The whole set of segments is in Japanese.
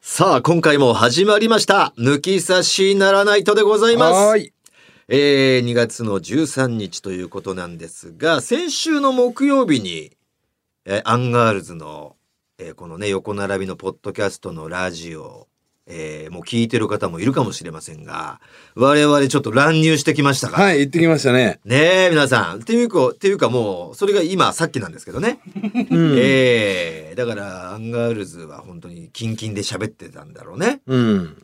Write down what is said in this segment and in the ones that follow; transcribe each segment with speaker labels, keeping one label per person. Speaker 1: さあ、今回も始まりました。抜き差しならないとでございます。
Speaker 2: い。
Speaker 1: えー、2月の13日ということなんですが、先週の木曜日に、えーアンガールズの、えーこのね、横並びのポッドキャストのラジオ、えーもう聞いてる方もいるかもしれませんが、我々ちょっと乱入してきましたから。
Speaker 2: はい、行ってきましたね。
Speaker 1: ねえ、皆さん。っていうか、っていうかもう、それが今、さっきなんですけどね。
Speaker 2: うん。
Speaker 1: ええだから、アンガールズは本当にキンキンで喋ってたんだろうね。
Speaker 2: うん。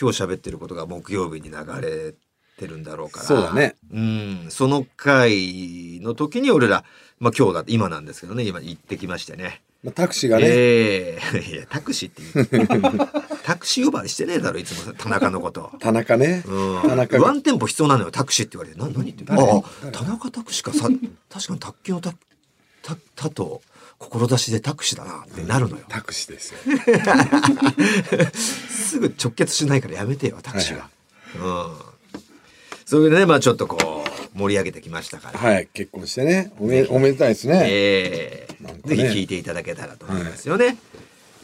Speaker 1: 今日喋ってることが木曜日に流れてるんだろうから。
Speaker 2: そうだ。ね。
Speaker 1: うん。その回の時に俺ら、まあ今日だって、今なんですけどね、今行ってきましてね。
Speaker 2: まあ、タクシーがね、
Speaker 1: ええいや、タクシー って言う タクシー呼ばわりしてねえだろ、いつも田中のこと。
Speaker 2: 田中ね。
Speaker 1: うん
Speaker 2: 田中
Speaker 1: ワンテンポ必要なのよタクシーって言われてな何言ってる
Speaker 2: 誰
Speaker 1: ああ
Speaker 2: 誰
Speaker 1: 田中拓司かさ確かに卓球のたたたと志で拓司だなってなるのよ、
Speaker 2: タクシーですよ。
Speaker 1: すぐ直結しないからやめてよ拓司は
Speaker 2: は、
Speaker 1: うんそれでねまあちょっとこう盛り上げてきましたから、
Speaker 2: はい、結婚してね。おめおめでたいですね。
Speaker 1: ええ
Speaker 2: なんか
Speaker 1: ぜ
Speaker 2: ね
Speaker 1: ひ聞いていただけたらと思いますよね、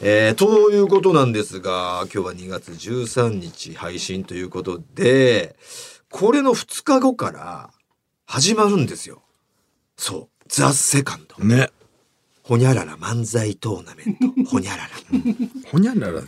Speaker 1: えーということなんですが今日は2月13日配信ということでこれの2日後から始まるんですよそう「ザ・セカンド
Speaker 2: ね。
Speaker 1: ほにゃらら漫才トーナメントほにゃら ら
Speaker 2: ほにゃららい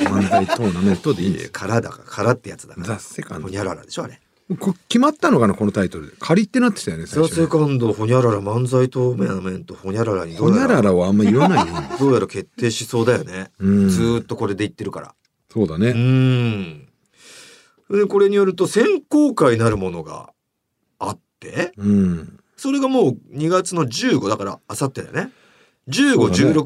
Speaker 2: らない。漫才トーナメントでいいんだよ。
Speaker 1: からだからからってやつだから
Speaker 2: ザ・セカン
Speaker 1: ほ
Speaker 2: ド。
Speaker 1: にゃららでしょあれ
Speaker 2: こ決まったのかな、このタイトルで。仮ってなってたよ
Speaker 1: 「
Speaker 2: ね、
Speaker 1: ザ・
Speaker 2: 最初
Speaker 1: セ
Speaker 2: ね。
Speaker 1: カンドほにゃらら漫才トーナメントほにゃらら」にど
Speaker 2: ほ
Speaker 1: う
Speaker 2: に
Speaker 1: や
Speaker 2: ゃら
Speaker 1: ら
Speaker 2: らはあんま言わないよ。
Speaker 1: どうやら決定しそうだよね、
Speaker 2: うん
Speaker 1: ずーっとこれで言ってるから
Speaker 2: そうだ
Speaker 1: う
Speaker 2: ね。
Speaker 1: ん。でこれによると選考会なるものがあって
Speaker 2: うん。
Speaker 1: それがもう2月の15だからあさってだよね151617、
Speaker 2: そうだ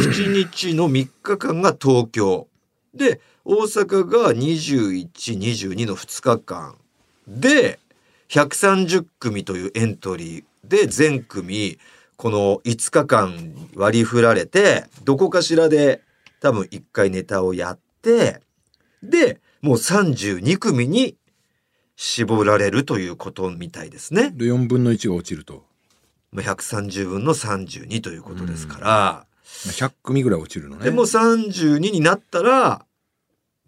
Speaker 2: ね
Speaker 1: 17日の3日間が東京で大阪が2122の2日間で130組というエントリーで全組この5日間割り振られてどこかしらで多分1回ネタをやってでもう32組に絞られるということみたいですね。
Speaker 2: で、4分の1が落ちると。
Speaker 1: まあ130分の32ということですから、
Speaker 2: まあ100組ぐらい落ちるのね。
Speaker 1: でも32になったら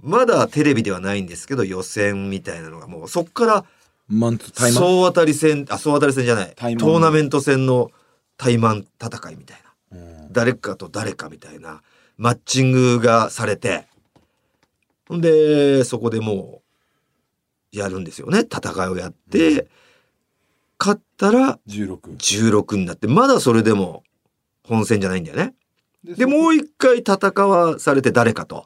Speaker 1: まだテレビではないんですけど予選みたいなのがもうそっから
Speaker 2: マンツータイマン。
Speaker 1: 総当たり戦あ総当たり戦じゃないト
Speaker 2: タイマン
Speaker 1: ーナメント戦の対マン戦いみたいな
Speaker 2: うん
Speaker 1: 誰かと誰かみたいなマッチングがされてほんでそこでもうやるんですよね戦いをやって、勝ったら
Speaker 2: 16。
Speaker 1: 16になってまだそれでも本戦じゃないんだよね。でもう一回戦わされて誰かと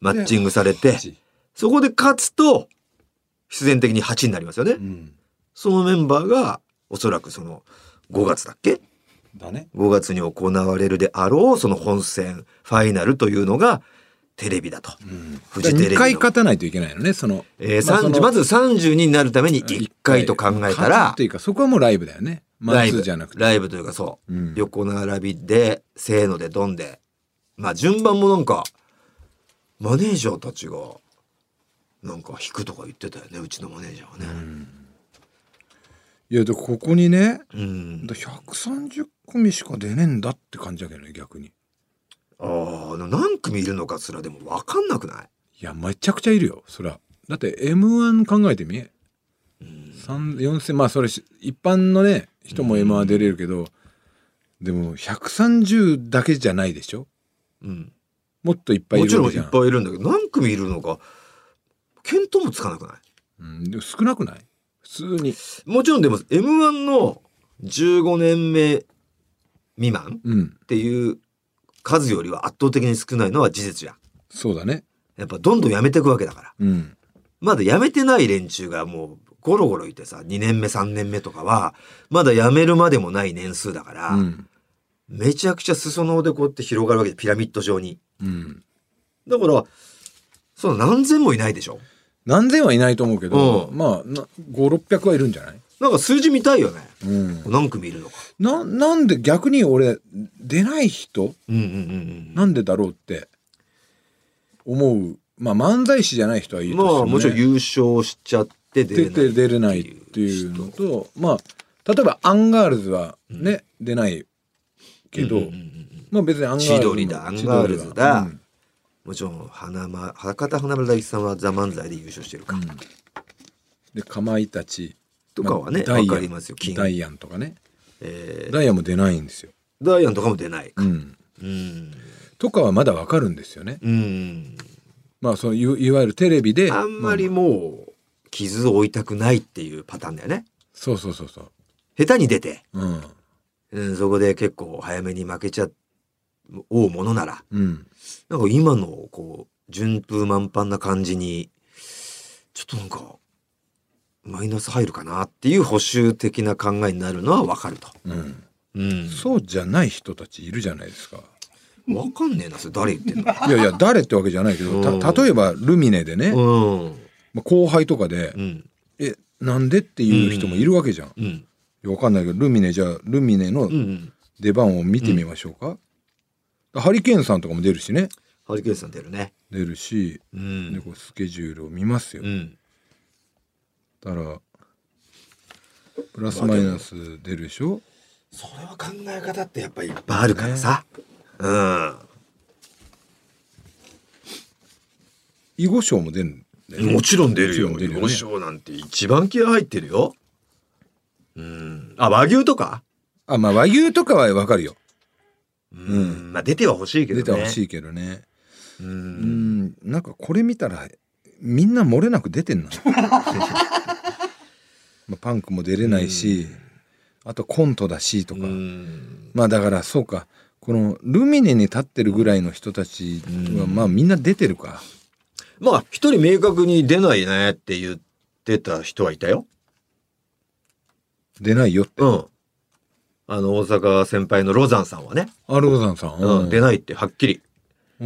Speaker 1: マッチングされて
Speaker 2: 8
Speaker 1: そこで勝つと必然的に8になりますよね。
Speaker 2: うん。
Speaker 1: そのメンバーがおそらくその5月だっけ
Speaker 2: だね。
Speaker 1: 5月に行われるであろうその本戦ファイナルというのがテレビだと。
Speaker 2: うん。
Speaker 1: フジテレビの
Speaker 2: 2回勝たないといけないのね、その。
Speaker 1: えー
Speaker 2: まあそ
Speaker 1: 30
Speaker 2: の
Speaker 1: まず32になるために1回と考えた
Speaker 2: 勝
Speaker 1: ら
Speaker 2: つというか、そこはもうライブだよね。マ
Speaker 1: ライ
Speaker 2: ンツ
Speaker 1: ブ
Speaker 2: ーじゃなくて。
Speaker 1: ライブというかそう
Speaker 2: うん
Speaker 1: 横並びでせーのでドンでまあ順番もなんかマネージャーたちがなんか引くとか言ってたよねうちのマネージャーは
Speaker 2: う
Speaker 1: ね。
Speaker 2: んいや、で、ここにね、
Speaker 1: うん、
Speaker 2: 130組しか出ねえんだって感じだけどね、逆に。い
Speaker 1: ああ何組いるのかすらでも分かんなくない、
Speaker 2: や、めちゃくちゃいるよ、そら。だって、M1 考えてみ
Speaker 1: うん
Speaker 2: 三四千まあ、それし、一般のね、人も M1 出れるけど、でも、130だけじゃないでしょ
Speaker 1: うん、
Speaker 2: もっといっぱいい
Speaker 1: もち
Speaker 2: る
Speaker 1: ろ
Speaker 2: わ
Speaker 1: ん
Speaker 2: けじ
Speaker 1: い
Speaker 2: ゃ
Speaker 1: っ
Speaker 2: ん。
Speaker 1: ぱいいるんだけど何組いるのか見当もつかなくない
Speaker 2: うん、でも少なくない普通に。
Speaker 1: もちろんでも m 1の15年目未満
Speaker 2: うん。
Speaker 1: っていう数よりは圧倒的に少ないのは事実じゃん
Speaker 2: そうだね。
Speaker 1: やっぱどんどんやめていくわけだから
Speaker 2: うん。
Speaker 1: まだ辞めてない連中がもうゴロゴロいてさ、2年目3年目とかは、まだ辞めるまでもない年数だから、
Speaker 2: うん。
Speaker 1: めちゃくちゃ裾野でこうやって広がるわけで、ピラミッド状に。
Speaker 2: うん。
Speaker 1: だから、その何千もいないでしょ
Speaker 2: 何千はいないと思うけど、
Speaker 1: うん
Speaker 2: まあな5600はいるんじゃない、
Speaker 1: なんか数字見たいよね。
Speaker 2: うん、
Speaker 1: 何組いるのか。
Speaker 2: ななんで逆に俺出ない人
Speaker 1: うんうんうん
Speaker 2: なんでだろうって思うまあ漫才師じゃない人は
Speaker 1: う
Speaker 2: いい
Speaker 1: ん。
Speaker 2: として
Speaker 1: ま
Speaker 2: も、ね、
Speaker 1: あもちろん優勝しちゃって出れな
Speaker 2: 出
Speaker 1: い。
Speaker 2: て出れないっていうのとまあ例えばアンガールズはね、出ないけど、
Speaker 1: うんうんうんうん
Speaker 2: まあ別にアンガールズも
Speaker 1: 千鳥だアンガールズだ
Speaker 2: うん
Speaker 1: もちろん花、ま、博多華丸大吉さんは「ザ漫才で優勝してるか、
Speaker 2: でかまいたち
Speaker 1: とかはね、
Speaker 2: ま
Speaker 1: わ
Speaker 2: あダイ
Speaker 1: か
Speaker 2: ア
Speaker 1: り
Speaker 2: ン
Speaker 1: ますよ金
Speaker 2: ダイアンとかね
Speaker 1: えー
Speaker 2: ダイアンも出ないんですよ、
Speaker 1: ダイアンとかも出ないか
Speaker 2: うん、
Speaker 1: うん
Speaker 2: とかはまだわかるんですよね
Speaker 1: うん
Speaker 2: まあそのいいわゆるテレビで
Speaker 1: あんまり
Speaker 2: あ
Speaker 1: もう傷を負いたくないっていうパターンだよね
Speaker 2: そうそうそうそう
Speaker 1: 下手に出て、
Speaker 2: うん
Speaker 1: うん、そこで結構早めに負けちゃおうものなら
Speaker 2: うん
Speaker 1: なんか今のこう順風満帆な感じにちょっとなんかマイナス入るかなっていう補修的な考えになるのはわかると。
Speaker 2: うん
Speaker 1: うん、
Speaker 2: そうじゃない人たちいるじゃない ですか
Speaker 1: わかんねえなそれ誰言ってんの。
Speaker 2: いやいや誰ってわけじゃないけどた
Speaker 1: うん
Speaker 2: 例えばルミネでね、
Speaker 1: うん
Speaker 2: まあ後輩とかで
Speaker 1: うん
Speaker 2: 「えなんで?」っていう人もいるわけじゃん、い
Speaker 1: うん
Speaker 2: やわかんないけどルミネじゃあルミネ
Speaker 1: う
Speaker 2: の
Speaker 1: ん。
Speaker 2: 出番を見てみましょうか、ハリケーンさんとかも出るしね
Speaker 1: ハリケーンさん出るね。
Speaker 2: 出るし、
Speaker 1: う
Speaker 2: で
Speaker 1: ん
Speaker 2: こうスケジュールを見ますよ、
Speaker 1: うん
Speaker 2: だからプラスマイナス出るでしょ、
Speaker 1: それは考え方ってやっぱりいっぱいあるからさ。
Speaker 2: 囲碁賞も出るんだ
Speaker 1: う
Speaker 2: よ
Speaker 1: ん。
Speaker 2: ね
Speaker 1: もちろん出るよ。
Speaker 2: もちろん出るよ
Speaker 1: 洋
Speaker 2: ね
Speaker 1: 賞なんて一番気合入ってるよ。うん。あ和牛とか。
Speaker 2: あまあ和牛とかはわかるよ
Speaker 1: うん、まあ出ては欲しいけど
Speaker 2: 出
Speaker 1: ね。
Speaker 2: てほしいけどね
Speaker 1: う。
Speaker 2: うんんなんかこれ見たらみんな漏れなく出てんな まあパンクも出れないし、あとコントだしとか、
Speaker 1: うん
Speaker 2: まあだからそうかこのルミネに立ってるぐらいの人たちは
Speaker 1: うん
Speaker 2: まあみんな出てるか、
Speaker 1: まあ一人明確に出ないねって言ってた人はいたよ。
Speaker 2: 出ないよって、
Speaker 1: うん。あの大阪先輩のロザンさんはね、
Speaker 2: アルゴザンさん、
Speaker 1: うん出
Speaker 2: い
Speaker 1: ないってはっきり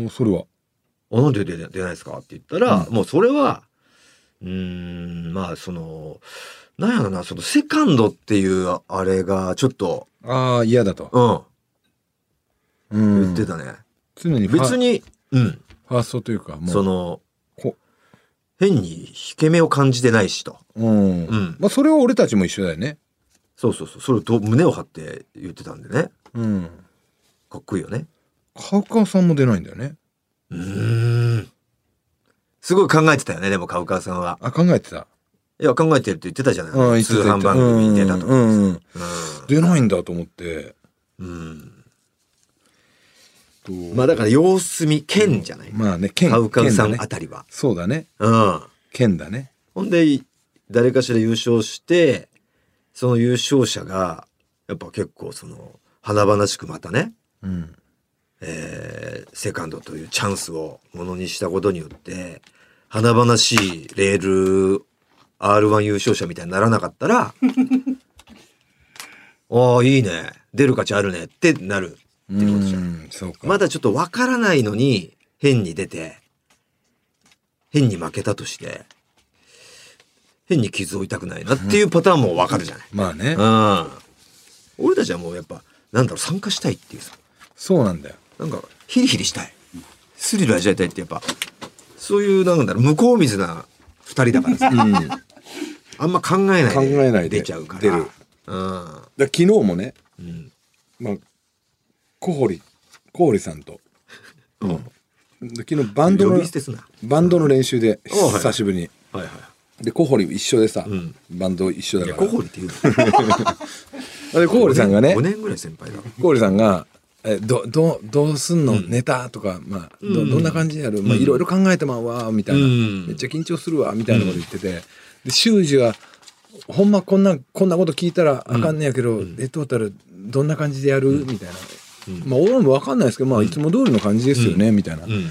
Speaker 2: それは
Speaker 1: 「あなんで出出ないですか?」って言ったら、
Speaker 2: う
Speaker 1: もうそれはうーんまあそのなんやろなそのセカンドっていうあれがちょっと
Speaker 2: ああ嫌だと、
Speaker 1: う
Speaker 2: うんん
Speaker 1: 言ってたね。
Speaker 2: 常にファ
Speaker 1: 別にうん
Speaker 2: ファーストというかもう
Speaker 1: その
Speaker 2: こ
Speaker 1: 変に引け目を感じてないしと。
Speaker 2: うん、
Speaker 1: うん
Speaker 2: まあそれは俺たちも一緒だよね
Speaker 1: そうそうそうそれをど胸を張って言ってたんでね
Speaker 2: うん
Speaker 1: かっこいいよね
Speaker 2: カウカウさんも出ないんだよね
Speaker 1: うーんすごい考えてたよねでも川川さんは
Speaker 2: あ考えてた
Speaker 1: いや考えてるって言ってたじゃない
Speaker 2: うん言って
Speaker 1: 通
Speaker 2: た言っ
Speaker 1: 販
Speaker 2: てた
Speaker 1: 番組に出たと
Speaker 2: う
Speaker 1: か
Speaker 2: んうんうん出ないんだと思って
Speaker 1: うん、
Speaker 2: と
Speaker 1: うん、まあだから様子見県じゃない
Speaker 2: まあね剣
Speaker 1: カウカウさんあ
Speaker 2: 剣だね
Speaker 1: たりは、
Speaker 2: そうだね
Speaker 1: うん
Speaker 2: 剣だね
Speaker 1: ほんで誰かしら優勝してその優勝者がやっぱ結構その華々しくまたね
Speaker 2: うん
Speaker 1: えーセカンドというチャンスをものにしたことによって華々しいレール R1 優勝者みたいにならなかった らああいいね出る価値あるねってなるっていうことじゃん
Speaker 2: うんそうか
Speaker 1: まだちょっとわからないのに変に出て変に負けたとして変に傷を負いたくないなっていうパターンもわかるじゃない。
Speaker 2: まあね
Speaker 1: うん、俺たちはもうやっぱなんだろう参加したいっていうさ
Speaker 2: そうなんだよ
Speaker 1: なんかヒリヒリしたいスリル味わいたいってやっぱそういうなんだろう向こう水な二人だからさ
Speaker 2: うんだか
Speaker 1: あんま考えない
Speaker 2: 考えないで
Speaker 1: 出ちゃうから
Speaker 2: 出る
Speaker 1: うん
Speaker 2: ら昨日もね
Speaker 1: うん
Speaker 2: まあ小堀小堀さんと
Speaker 1: うん
Speaker 2: で昨日バンド
Speaker 1: 呼
Speaker 2: の
Speaker 1: び捨てすな
Speaker 2: バンドの練習で
Speaker 1: おうはい
Speaker 2: 久しぶりに
Speaker 1: はいは
Speaker 2: で小堀一緒でさ
Speaker 1: うん
Speaker 2: バンド一緒
Speaker 1: いい
Speaker 2: だ
Speaker 1: や
Speaker 2: か
Speaker 1: 小
Speaker 2: ら
Speaker 1: 堀って言う
Speaker 2: で小堀さんがね
Speaker 1: 5年ぐらい先輩だ
Speaker 2: 小堀さんが「えどどどうすんの、
Speaker 1: うん
Speaker 2: ネタ」とか、まあ
Speaker 1: う
Speaker 2: ど
Speaker 1: ん
Speaker 2: どんな感じになるまあ
Speaker 1: うん
Speaker 2: いろいろ考えてまうわ」みたいな、
Speaker 1: うん
Speaker 2: めっちゃ緊張するわ」みたいなこと言ってて、で修二は「ほんまこんなこんなこと聞いたらあかんねやけど、えトータルどんな感じでやる?」みたいな。
Speaker 1: うん
Speaker 2: まあ、俺も分かんないですけど、まあ、いつも通りの感じですよね、みたいな、
Speaker 1: うん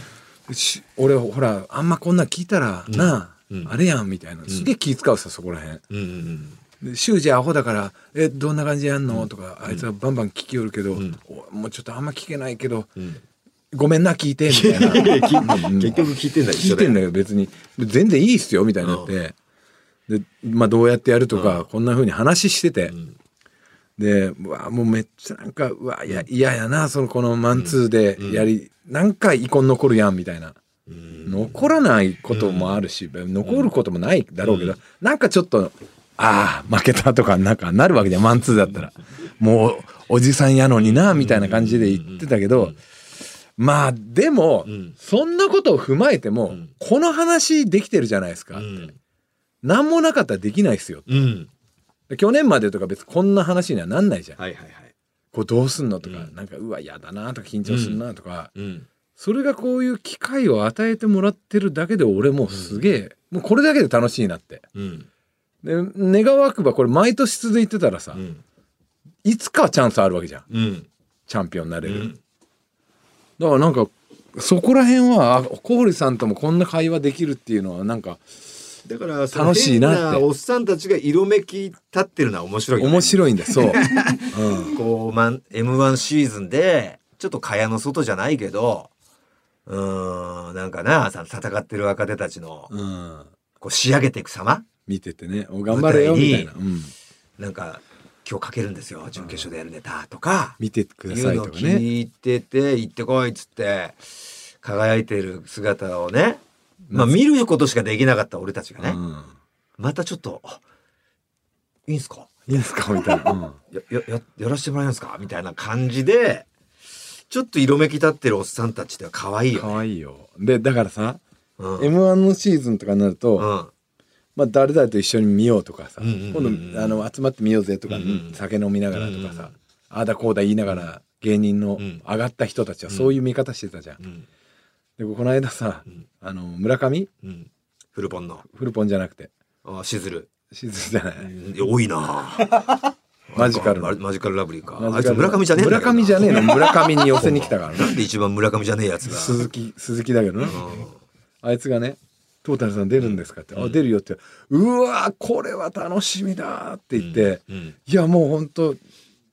Speaker 2: し俺ほらあんまこんなん聞いたらなあ、
Speaker 1: うん
Speaker 2: あれやんみたいなすげえ気使うさそこらへん
Speaker 1: うんうん
Speaker 2: で修二アホだから「えどんな感じやんの?」とかあいつはバンバン聞きよるけど、
Speaker 1: ん
Speaker 2: おもうちょっとあんま聞けないけど
Speaker 1: うん
Speaker 2: 「ごめんな聞いて」みたいな うん
Speaker 1: 結局聞いてんだ
Speaker 2: 聞
Speaker 1: 一緒
Speaker 2: いてん
Speaker 1: だ
Speaker 2: だよ別に全然いいっすよみたいになって、で、まあ、どうやってやるとか、こんな風に話してて、
Speaker 1: ん
Speaker 2: でうわもうめっちゃなんかうわいや嫌やなそのこのマンツーでやり、なんか遺恨残るやんみたいな。
Speaker 1: うん
Speaker 2: 残らないこともあるし、残ることもないだろうけど、なんかちょっとああ負けたとかなんかなるわけじゃんマンツーだったらもうおじさんやのになみたいな感じで言ってたけど、まあでも、
Speaker 1: うん
Speaker 2: そんなことを踏まえても、
Speaker 1: うん
Speaker 2: この話できてるじゃないですか、
Speaker 1: うん
Speaker 2: 何もなかったらできないですよ
Speaker 1: うん
Speaker 2: 去年までとか別にこんな話にはなんないじゃん、
Speaker 1: はいはいはい
Speaker 2: こうどうすんのとか、
Speaker 1: うん
Speaker 2: なんかうわ嫌だなとか緊張するなとか、
Speaker 1: うん
Speaker 2: それがこういう機会を与えてもらってるだけで俺もうすげえ、もうこれだけで楽しいなって
Speaker 1: うん
Speaker 2: で願わくばこれ毎年続いてたらさ、
Speaker 1: うん
Speaker 2: いつかはチャンスあるわけじゃん
Speaker 1: うん
Speaker 2: チャンピオンになれ
Speaker 1: う
Speaker 2: る、
Speaker 1: ん
Speaker 2: だからなんかそこら辺はあ小堀さんともこんな会話できるっていうのはなんか
Speaker 1: だからその
Speaker 2: 楽しいなって
Speaker 1: 変おっさんたちが色めき立ってるのは面白いよね
Speaker 2: 面白いんだよそう、 うん、
Speaker 1: こう、まん、M1 シーズンで、ちょっと蚊帳の外じゃないけど、うーん、なんかな、さ戦ってる若手たちの、
Speaker 2: うん、
Speaker 1: こう仕上げていく様
Speaker 2: 見ててねお頑張れよみたいな、うん、
Speaker 1: なんか、今日かけるんですよ、準決勝でやるネタとか、
Speaker 2: 見てくだ
Speaker 1: いう
Speaker 2: さい
Speaker 1: のを
Speaker 2: とかね
Speaker 1: 聞いてて、行ってこいっつって、輝いてる姿をね、まあ見ることしかできなかった俺たちがね、
Speaker 2: うん、
Speaker 1: またちょっと、あいいんすか
Speaker 2: いいですかみたいな、うん
Speaker 1: ややややらせてもらえますかみたいな感じでちょっと色めき立ってるおっさんたちって可愛いよ、
Speaker 2: 可愛いよでだからさ、
Speaker 1: うん
Speaker 2: m 1のシーズンとかになると、
Speaker 1: うん
Speaker 2: まあ、誰々と一緒に見ようとかさ、
Speaker 1: うんうんうんうん
Speaker 2: 今度あの集まってみようぜとか、
Speaker 1: うんうん
Speaker 2: 酒飲みながらとか
Speaker 1: うんうん
Speaker 2: さ、ああだこうだ言いながら芸人の
Speaker 1: うん
Speaker 2: 上がった人たちはそういう見方してたじゃん。
Speaker 1: うん
Speaker 2: でこの間さ、
Speaker 1: うん
Speaker 2: あの村上
Speaker 1: うんフルポンの
Speaker 2: フルポンじゃなくて
Speaker 1: あしずる
Speaker 2: シーズンじゃない、
Speaker 1: うんいや多いな
Speaker 2: マジカルの
Speaker 1: あマジカルラブリーか
Speaker 2: マ
Speaker 1: あいつ
Speaker 2: ジカル
Speaker 1: 村上じゃねえんだ
Speaker 2: 村
Speaker 1: けどな
Speaker 2: 上じゃねえの村上に寄せに来たから
Speaker 1: な
Speaker 2: ね
Speaker 1: んで一番村上じゃねえやつが
Speaker 2: 鈴木鈴木だけど
Speaker 1: う
Speaker 2: ね、
Speaker 1: ん
Speaker 2: あいつがね「トータルさん出るんですか?」って「
Speaker 1: う
Speaker 2: あ
Speaker 1: ん
Speaker 2: 出るよ」って「うわーこれは楽しみだ」って言って。
Speaker 1: うん
Speaker 2: いやもう本当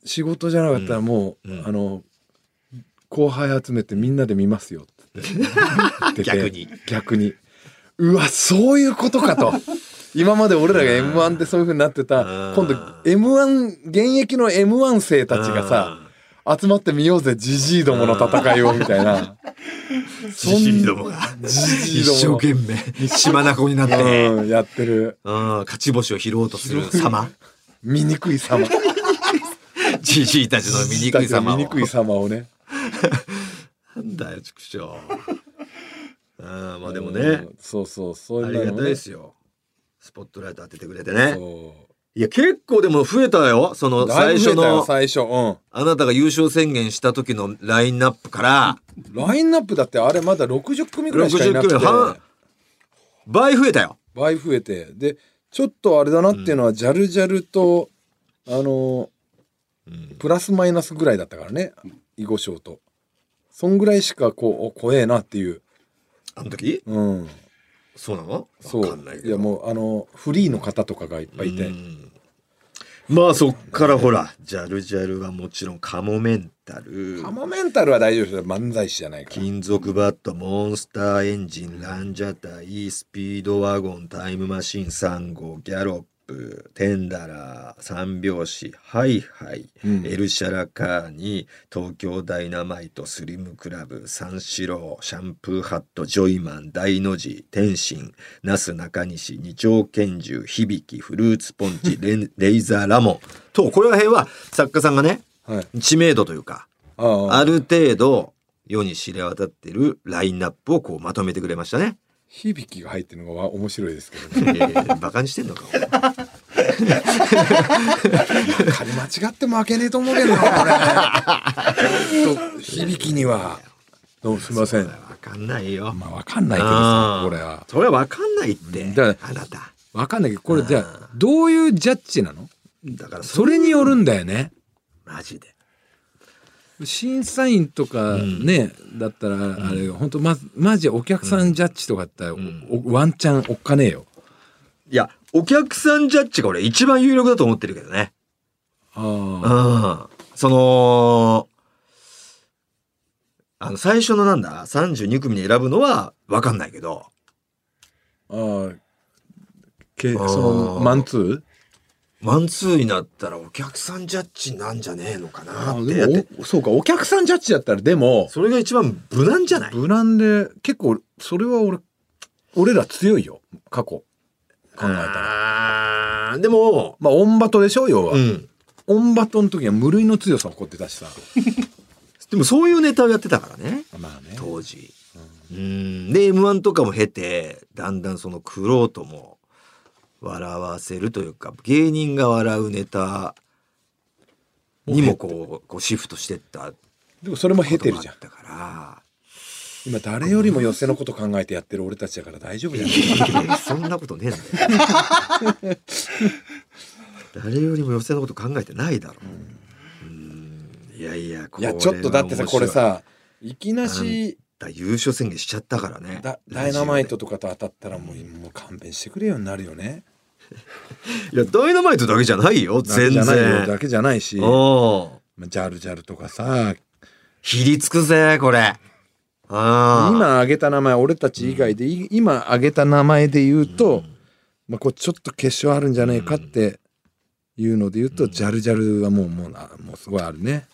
Speaker 2: 仕事じゃなかったらもう、
Speaker 1: うん
Speaker 2: あの後輩集めてみんなで見ますよって言 って
Speaker 1: 逆に
Speaker 2: 逆にうわそういうことかと今まで俺らが m 1でそういう風になってた
Speaker 1: うん
Speaker 2: 今度 m 1現役の m 1生たちがさ集まってみようぜジジイどもの戦いをみたいな そん
Speaker 1: じじいどもが
Speaker 2: ジジイ
Speaker 1: 一
Speaker 2: ども
Speaker 1: 生
Speaker 2: の
Speaker 1: 懸命島中に なって、うん、
Speaker 2: うんやってる
Speaker 1: 勝ち星を拾おうとする様
Speaker 2: 醜 い様
Speaker 1: じじいたちの醜い 様を
Speaker 2: 醜い様をね
Speaker 1: なんだよ、畜生。ああ、まあでも
Speaker 2: う
Speaker 1: ね
Speaker 2: ん、そうそうそう
Speaker 1: あ
Speaker 2: いう
Speaker 1: り
Speaker 2: の
Speaker 1: が
Speaker 2: も
Speaker 1: たい
Speaker 2: ね
Speaker 1: ですよ。スポットライト当ててくれてね。
Speaker 2: そう
Speaker 1: いや、結構でも増えたよ。その
Speaker 2: だい
Speaker 1: 最初
Speaker 2: ぶ増えたよ
Speaker 1: の、
Speaker 2: 最初うん
Speaker 1: あなたが優勝宣言した時のラインナップから、
Speaker 2: ラインナップだってあれまだ60組ぐらいしかいな
Speaker 1: 60組
Speaker 2: く
Speaker 1: の
Speaker 2: て
Speaker 1: 半、倍増えたよ。
Speaker 2: 倍増えてでちょっとあれだなっていうのは、ジャルジャルとあのー
Speaker 1: うん
Speaker 2: プラスマイナスぐらいだったからね囲碁賞とそんぐらいしかこうお怖えなっていう
Speaker 1: あの時
Speaker 2: うん
Speaker 1: そうなの
Speaker 2: そ
Speaker 1: わかんないうけ
Speaker 2: いや
Speaker 1: ど。
Speaker 2: もうあのフリーの方とかがいっぱいいて、
Speaker 1: うんまあそっからほら、ジャルジャルはもちろんカモメンタル。
Speaker 2: カモメンタルは大丈夫ですよ漫才師じゃないから
Speaker 1: 金属バットモンスターエンジンランジャタイスピードワゴンタイムマシン3号ギャロップテンダラー三拍子ハイハイ、
Speaker 2: うん
Speaker 1: エルシャラカーニ東京ダイナマイトスリムクラブ三四郎シャンプーハットジョイマン大の字天心那須中西二丁拳銃響フルーツポンチレンレイザーラモンとこれら辺は作家さんがね
Speaker 2: はい
Speaker 1: 知名度というか
Speaker 2: ああ
Speaker 1: ある程度世に知れ渡ってるラインナップをこうまとめてくれました ね。
Speaker 2: 響きが入ってるのが面白いですけど
Speaker 1: え
Speaker 2: ね
Speaker 1: ー、バカにしてんのか。
Speaker 2: 仮間違っても負けねえと思うけどな 俺と響きにはどうもすみません
Speaker 1: わかんないよ。
Speaker 2: まあわかんないけど
Speaker 1: あ
Speaker 2: さ
Speaker 1: ー
Speaker 2: これは
Speaker 1: それはわかんないって。
Speaker 2: だか
Speaker 1: あなた。
Speaker 2: わかんないけどこれじゃあどういうジャッジなの
Speaker 1: だからそ
Speaker 2: そ
Speaker 1: れ
Speaker 2: れによるんだよね
Speaker 1: マジで。
Speaker 2: 審査員とかね、だったらあれ本当まずマジお客さんジャッジとかだったら、おおワンチャンおっかねえよ
Speaker 1: いやお客さんジャッジが俺一番有力だと思ってるけどね。う
Speaker 2: あ
Speaker 1: ん。そのあの最初のなんだ32組に選ぶのはわかんないけど
Speaker 2: あああけ
Speaker 1: あー
Speaker 2: そのマンツー
Speaker 1: マンツーになったらお客さんジャッジなんじゃねえのかな
Speaker 2: あ
Speaker 1: っ
Speaker 2: ー
Speaker 1: てだって
Speaker 2: でもおそうかお客さんジャッジだったらでも
Speaker 1: それが一番無難じゃない
Speaker 2: 無難で結構それは俺俺ら強いよ過去考えたら
Speaker 1: あーでも、
Speaker 2: まあオンバトでしょ要は、
Speaker 1: うん、
Speaker 2: オンバトの時は無類の強さを誇ってたしさ
Speaker 1: でもそういうネタをやってたからね
Speaker 2: まあね
Speaker 1: 当時。うんで m 1とかも経てだんだんその玄人も笑わせるというか芸人が笑うネタにもこうこうシフトしてった
Speaker 2: でもそれも経
Speaker 1: こと
Speaker 2: て
Speaker 1: も
Speaker 2: る
Speaker 1: あ
Speaker 2: じゃん
Speaker 1: ったから。
Speaker 2: 今誰よりも寄せのこと考えてやってる俺たちだから大丈夫じゃない
Speaker 1: いやそんなことねえんだよ。誰よりも寄せのこと考えてないだろう。うんいやいや、こ
Speaker 2: い
Speaker 1: れは
Speaker 2: やちょっとだってさこれ
Speaker 1: 面
Speaker 2: さいきなし
Speaker 1: 白い、優勝宣言しちゃったからね。
Speaker 2: ダ
Speaker 1: ラ
Speaker 2: ダイ
Speaker 1: ジオ
Speaker 2: ナ
Speaker 1: で
Speaker 2: マイト。とかと当たったらもうもう勘弁してくれよになるよね。
Speaker 1: いや、ダイナマイトだけじゃないよ、全
Speaker 2: だけじゃないよ
Speaker 1: 然。
Speaker 2: だけじゃないし、ま
Speaker 1: おう
Speaker 2: あジャルジャルとかさ、
Speaker 1: ひりつくぜ、これ。あ
Speaker 2: 今挙げた名前俺たち以外で、い今挙げた名前で言うと、まあこうちょっと決勝あるんじゃねえかっていうので言うと、ジャルジャルはもうもうなもうすごいあるね。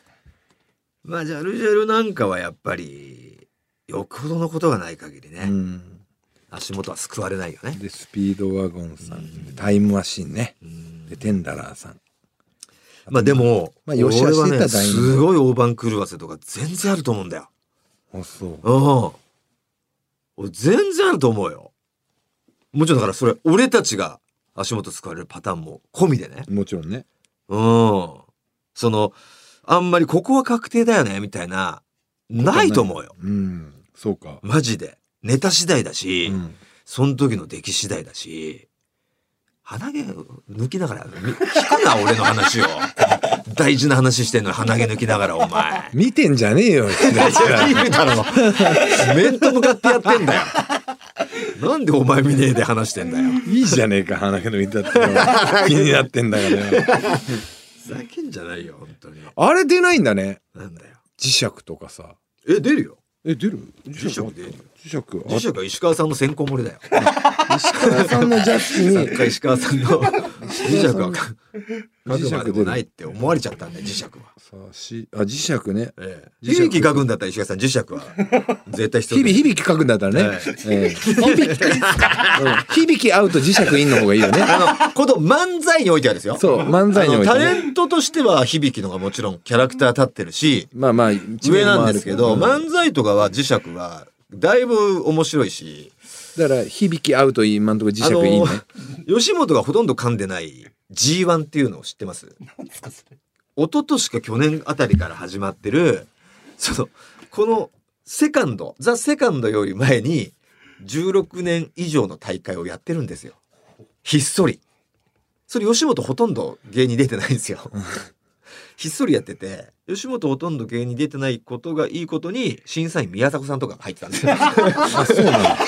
Speaker 1: まあ、ジャルジャルなんかはやっぱり、よくほどのことがない限りね、
Speaker 2: うん。
Speaker 1: 足元は救われないよね。
Speaker 2: でスピードワゴンさん、タイムマシンね、
Speaker 1: うん
Speaker 2: でテンダラーさん。
Speaker 1: まあでも、
Speaker 2: まあよし
Speaker 1: 俺は
Speaker 2: 明日行
Speaker 1: ね、
Speaker 2: ったら大丈夫
Speaker 1: すごい大盤狂わせとか全然あると思うんだよ。
Speaker 2: あそう。
Speaker 1: うん。俺全然あると思うよ。もちろんだからそれ、俺たちが足元救われるパターンも込みでね。
Speaker 2: もちろんね。
Speaker 1: うん。その、あんまりここは確定だよね、みたいな、ないと思うよ。
Speaker 2: うん。そうか。
Speaker 1: マジで。ネタ次第だし、
Speaker 2: うん。
Speaker 1: その時の出来次第だし、鼻毛抜きながら、み聞くな、俺の話を。 大事な話してんのに鼻毛抜きながら、お前。
Speaker 2: 見てんじゃねえよ。
Speaker 1: 見るだろ。面と向かってやってんだよ。なんでお前見ねえで話してんだよ。
Speaker 2: いいじゃねえか鼻毛のいたって 気になってんだからよ
Speaker 1: ふざけんじゃないよ、本当に。
Speaker 2: あれ出ないんだね
Speaker 1: なんだよ。
Speaker 2: 磁石とかさ
Speaker 1: え、出るよ。
Speaker 2: え出る
Speaker 1: 磁石出るよ
Speaker 2: 磁
Speaker 1: 磁石
Speaker 2: 石
Speaker 1: は石川さんの先行漏れだよ。
Speaker 2: あそんなジャッジ
Speaker 1: 作
Speaker 2: に
Speaker 1: 家石川さんの磁石はか書
Speaker 2: 磁石
Speaker 1: くまでもないって思われちゃったんだよ、磁石は。
Speaker 2: さあしあ磁石ね
Speaker 1: ええ、
Speaker 2: 磁石
Speaker 1: 響き書くんだったら石川さん磁石は絶 対必
Speaker 2: 日
Speaker 1: 要
Speaker 2: 々
Speaker 1: です
Speaker 2: 響き書くんだったらね、
Speaker 1: はい
Speaker 2: ええうん響き合うと磁石インの方がいいよね
Speaker 1: あの、こと漫才においてはですよ。
Speaker 2: そう漫才において
Speaker 1: あ
Speaker 2: ね
Speaker 1: のタレントとしては響きのがもちろんキャラクター立ってるし、
Speaker 2: まあまあ一
Speaker 1: 上
Speaker 2: 面
Speaker 1: な
Speaker 2: もあ
Speaker 1: ん
Speaker 2: る
Speaker 1: ですけど、
Speaker 2: うん
Speaker 1: 漫才とかは磁石はだいぶ面白いし、
Speaker 2: だから響き合うと今のところ磁石いいね、
Speaker 1: の 吉本がほとんど噛んでない G1 っていうのを知ってます一昨年か去年あたりから始まってるそのこのセカンドザ・セカンドより前に16年以上の大会をやってるんですよひっそりそれ吉本ほとんど芸に出てないんですよ ひっそりやってて吉本ほとんど芸に出てないことがいいことに審査員宮迫さんとかが入ってたんです よ
Speaker 2: あそうなんだ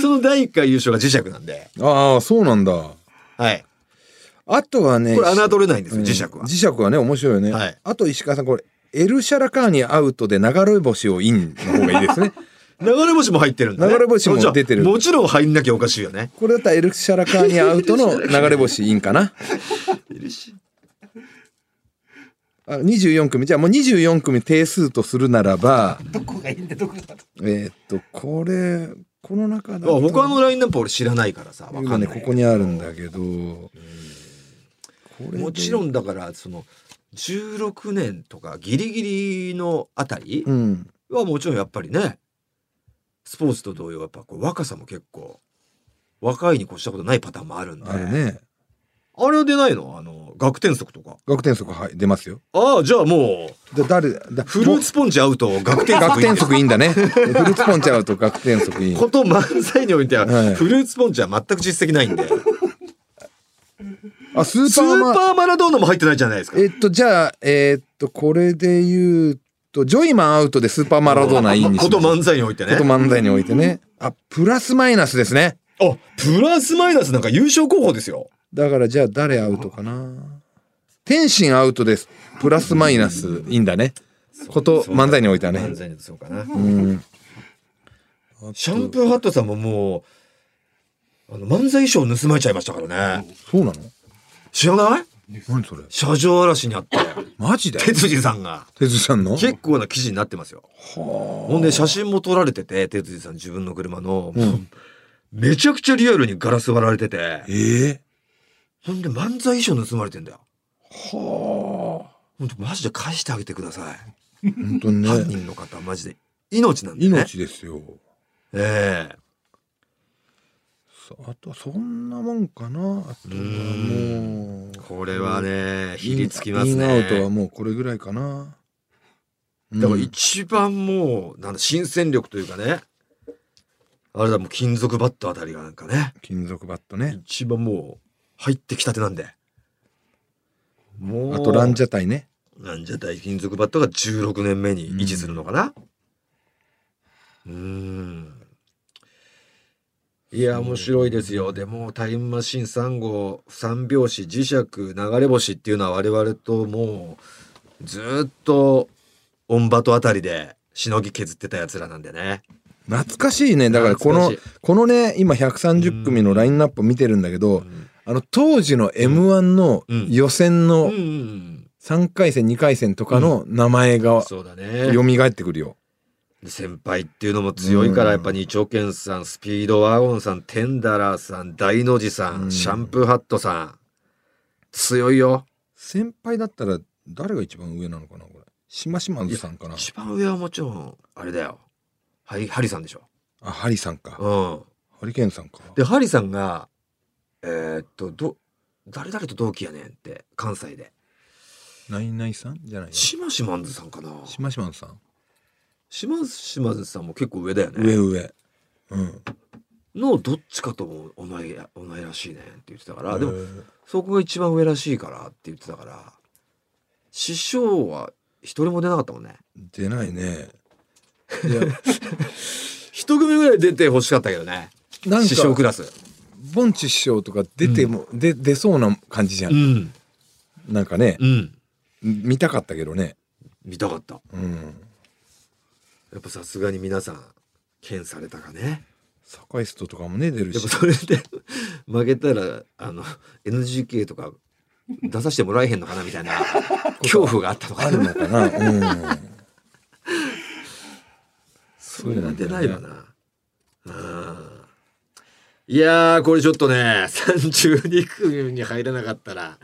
Speaker 1: その第一回優勝が磁石なんで。
Speaker 2: ああそうなんだ
Speaker 1: はい。
Speaker 2: あとはね
Speaker 1: これ侮れないんですよ、磁石
Speaker 2: うん
Speaker 1: は。
Speaker 2: 磁石はね面白いよね、
Speaker 1: はい
Speaker 2: あと石川さんこれエルシャラカーニアウトで流れ星をインの方がいいですね
Speaker 1: 流れ星も入ってるんだ、ね。
Speaker 2: 流れ星も
Speaker 1: じゃあ
Speaker 2: 出てる
Speaker 1: もちろん入んなきゃおかしいよね。
Speaker 2: これだったらエルシャラカーニアアウトの流れ星インかなあ24組じゃあもう24組定数とするならば
Speaker 3: どこがいいんでどこが
Speaker 2: えーっとこれこの中だ
Speaker 1: あ
Speaker 2: と
Speaker 1: 他のラインナップ俺知らないからさ、わか
Speaker 2: 今
Speaker 1: ん
Speaker 2: ね
Speaker 1: ない。
Speaker 2: ここにあるんだけどこれで
Speaker 1: もちろんだから、その、16年とかギリギリのあたり
Speaker 2: うん
Speaker 1: はもちろんやっぱりね、スポーツと同様、やっぱこう若さも結構、若いに越したことないパターンもあるんで。
Speaker 2: あれ。ね
Speaker 1: あれは出ないのあの、学天則とか。
Speaker 2: 学天則はい出ますよ
Speaker 1: ああ、じゃあもう、
Speaker 2: だ誰だ
Speaker 1: フルーツポンチアウト、学天
Speaker 2: 学
Speaker 1: 則いいん
Speaker 2: 天
Speaker 1: ですよ
Speaker 2: 則いいんだねフルーツポンチャウト学天則いい
Speaker 1: こと漫才においては、
Speaker 2: はい
Speaker 1: フルーツポンチは全く実績ないんで。
Speaker 2: あスー
Speaker 1: ス
Speaker 2: パーマ
Speaker 1: ーパーマラドーナも入ってないじゃないですか。
Speaker 2: えっと、じゃあ、えーっと、これで言うと、ジョイマンアウトでスーパーマラドーナインにし
Speaker 1: こ
Speaker 2: ます
Speaker 1: と漫才においてね
Speaker 2: こと。漫才においてね。あ、プラスマイナスですね。
Speaker 1: あ、プラスマイナスなんか優勝候補ですよ。
Speaker 2: だから、じゃあ、誰アウトかな。天心アウトです。プラスマイナスインだね。こと漫才においてはね
Speaker 1: 漫。才にそうかな。
Speaker 2: うん。
Speaker 1: シャンプーハットさんももう、あの、漫才衣装盗まれちゃいましたからね。
Speaker 2: そうなの
Speaker 1: 知らない
Speaker 2: 何それ
Speaker 1: 車上荒らしにあ って、
Speaker 2: マジで
Speaker 1: 哲司さんが。
Speaker 2: てつさんの
Speaker 1: 結構な記事になってますよ。ほんで写真も撮られてて、哲司さん自分の車の、
Speaker 2: うん
Speaker 1: めちゃくちゃリアルにガラス割られてて。
Speaker 2: ええ
Speaker 1: ほんで漫才衣装盗まれてんだよ。は本当マジで返してあげてください。
Speaker 2: 本当にね
Speaker 1: 犯人の方マジで命なんでね。
Speaker 2: 命ですよ
Speaker 1: ええ
Speaker 2: さあとはそんなもんかなあとはもう
Speaker 1: これはね、ひりつきます
Speaker 2: イン
Speaker 1: ね。
Speaker 2: インアウトはもうこれぐらいかなうん
Speaker 1: だから一番もう、なんだ、新戦力というかね。あれだ、もう金属バットあたりがなんかね。
Speaker 2: 金属バットね
Speaker 1: 一番もう、入ってきたてなんで。もう。
Speaker 2: あとランジャタイね
Speaker 1: ランジャタイ金属バットが16年目に位置するのかな。うーん。いや、面白いですよ。でも、タイムマシーン3号、三拍子、磁石、流れ星っていうのは我々ともう、ずーっと、オンバトあたりで、しのぎ削ってた奴らなんでね。
Speaker 2: 懐かしいねだからこの
Speaker 1: 懐かし
Speaker 2: このね今130組のラインナップ見てるんだけど、
Speaker 1: うん
Speaker 2: あの当時の m 1の
Speaker 1: うん
Speaker 2: 予選
Speaker 1: う
Speaker 2: の
Speaker 1: ん。
Speaker 2: 3回戦2回戦とかの名前が
Speaker 1: そうだね。
Speaker 2: 蘇ってくるよ。
Speaker 1: 先輩っていうのも強いから、
Speaker 2: うん
Speaker 1: やっぱ二丁拳さん、スピードワゴンさん、テンダラーさん、大の字さん、
Speaker 2: うん
Speaker 1: シャンプーハットさん。強いよ。
Speaker 2: 先輩だったら誰が一番上なのかなこれ。しましまんさんかな。
Speaker 1: 一番上はもちろん、あれだよ。はい、ハリさんでしょ。
Speaker 2: あハリさんか。
Speaker 1: うん。
Speaker 2: ハリケーンさんか。
Speaker 1: で、ハリさんが、えーっと、ど、誰々と同期やねんって、関西で。
Speaker 2: ナイナイさんじゃないよ。し
Speaker 1: シマシマンズさんかな。
Speaker 2: ましまんさん。
Speaker 1: シマシマンズさんも結構上だよ
Speaker 2: 上
Speaker 1: ね。
Speaker 2: 上。うん。
Speaker 1: のどっちかとも、お前や、お前らしいねんって言ってたから、でも
Speaker 2: へ、ー
Speaker 1: そこが一番上らしいからって言ってたから師匠は一人も出なかったもんね
Speaker 2: 出ないね。い や
Speaker 1: 一組ぐらい出て欲しかったけどね
Speaker 2: なん
Speaker 1: 師匠ク
Speaker 2: か
Speaker 1: ラス
Speaker 2: ボンチ師匠とか出ても、で出そうな感じじゃん。
Speaker 1: ん
Speaker 2: なんかね、
Speaker 1: うん
Speaker 2: 見たかったけどね。
Speaker 1: 見たかった
Speaker 2: うん。
Speaker 1: やっぱさすがに皆さん剣されたかね
Speaker 2: サカイストとかもね出る
Speaker 1: やっぱ
Speaker 2: し。
Speaker 1: それで負けたらあの NGK とか出させてもらえへんのかなみたい な恐怖があったの
Speaker 2: あ
Speaker 1: か
Speaker 2: る
Speaker 1: な
Speaker 2: のかな。うん。
Speaker 1: それは出ないわなうんいやーこれちょっとね32組に入らなかったら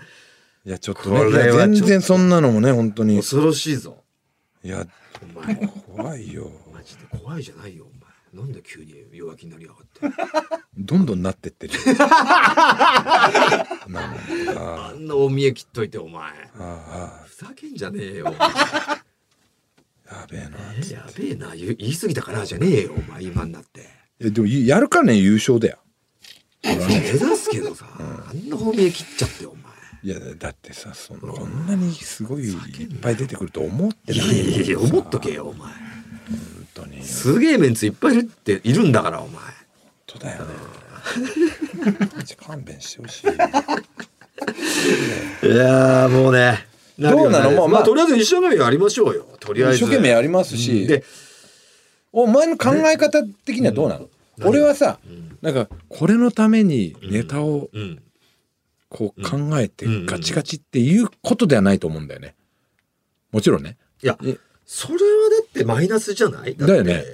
Speaker 2: いやちょっと
Speaker 1: こ
Speaker 2: ねい
Speaker 1: れは
Speaker 2: や
Speaker 1: ちょっと
Speaker 2: 全然そんなのもね本当にい
Speaker 1: 恐ろしいぞ
Speaker 2: や
Speaker 1: お前
Speaker 2: 怖いよ
Speaker 1: マジで怖いじゃないよお前なんで急に弱気になりやがって
Speaker 2: どんどんなっ てってるなんか
Speaker 1: あんなお見え切っといてお前
Speaker 2: あ
Speaker 1: ふざけんじゃねえよ
Speaker 2: あやべえな
Speaker 1: えやべえな言う言い過ぎたからじゃねえよお前今になって
Speaker 2: いやでもやるからね優勝だよ
Speaker 1: 目指すけどさ、あんなお見え切っちゃってお前
Speaker 2: いやだってさそんこんなにすごいいっぱい出てくると思ってな
Speaker 1: い
Speaker 2: い
Speaker 1: やいやいや思っとけよお前
Speaker 2: 本当に本
Speaker 1: すげえメンツいっぱいいるっているんだからお前
Speaker 2: 当だよねマジ勘弁してほしいよ
Speaker 1: いやーもうね
Speaker 2: どうなの
Speaker 1: ま
Speaker 2: も
Speaker 1: あ、ま
Speaker 2: うま
Speaker 1: あ、
Speaker 2: あ
Speaker 1: とりあえず一生懸命やりましょうよとりあえず
Speaker 2: 一生懸命やりますし、
Speaker 1: で
Speaker 2: お前の考え方的にはどうなの、俺はさ、
Speaker 1: ん
Speaker 2: なんかこれのためにネタを
Speaker 1: うん
Speaker 2: こう考えて
Speaker 1: うん
Speaker 2: ガチガチっていうことではないと思うんだよね。もちろんね。
Speaker 1: いや
Speaker 2: え
Speaker 1: それはだってマイナスじゃないって
Speaker 2: だよね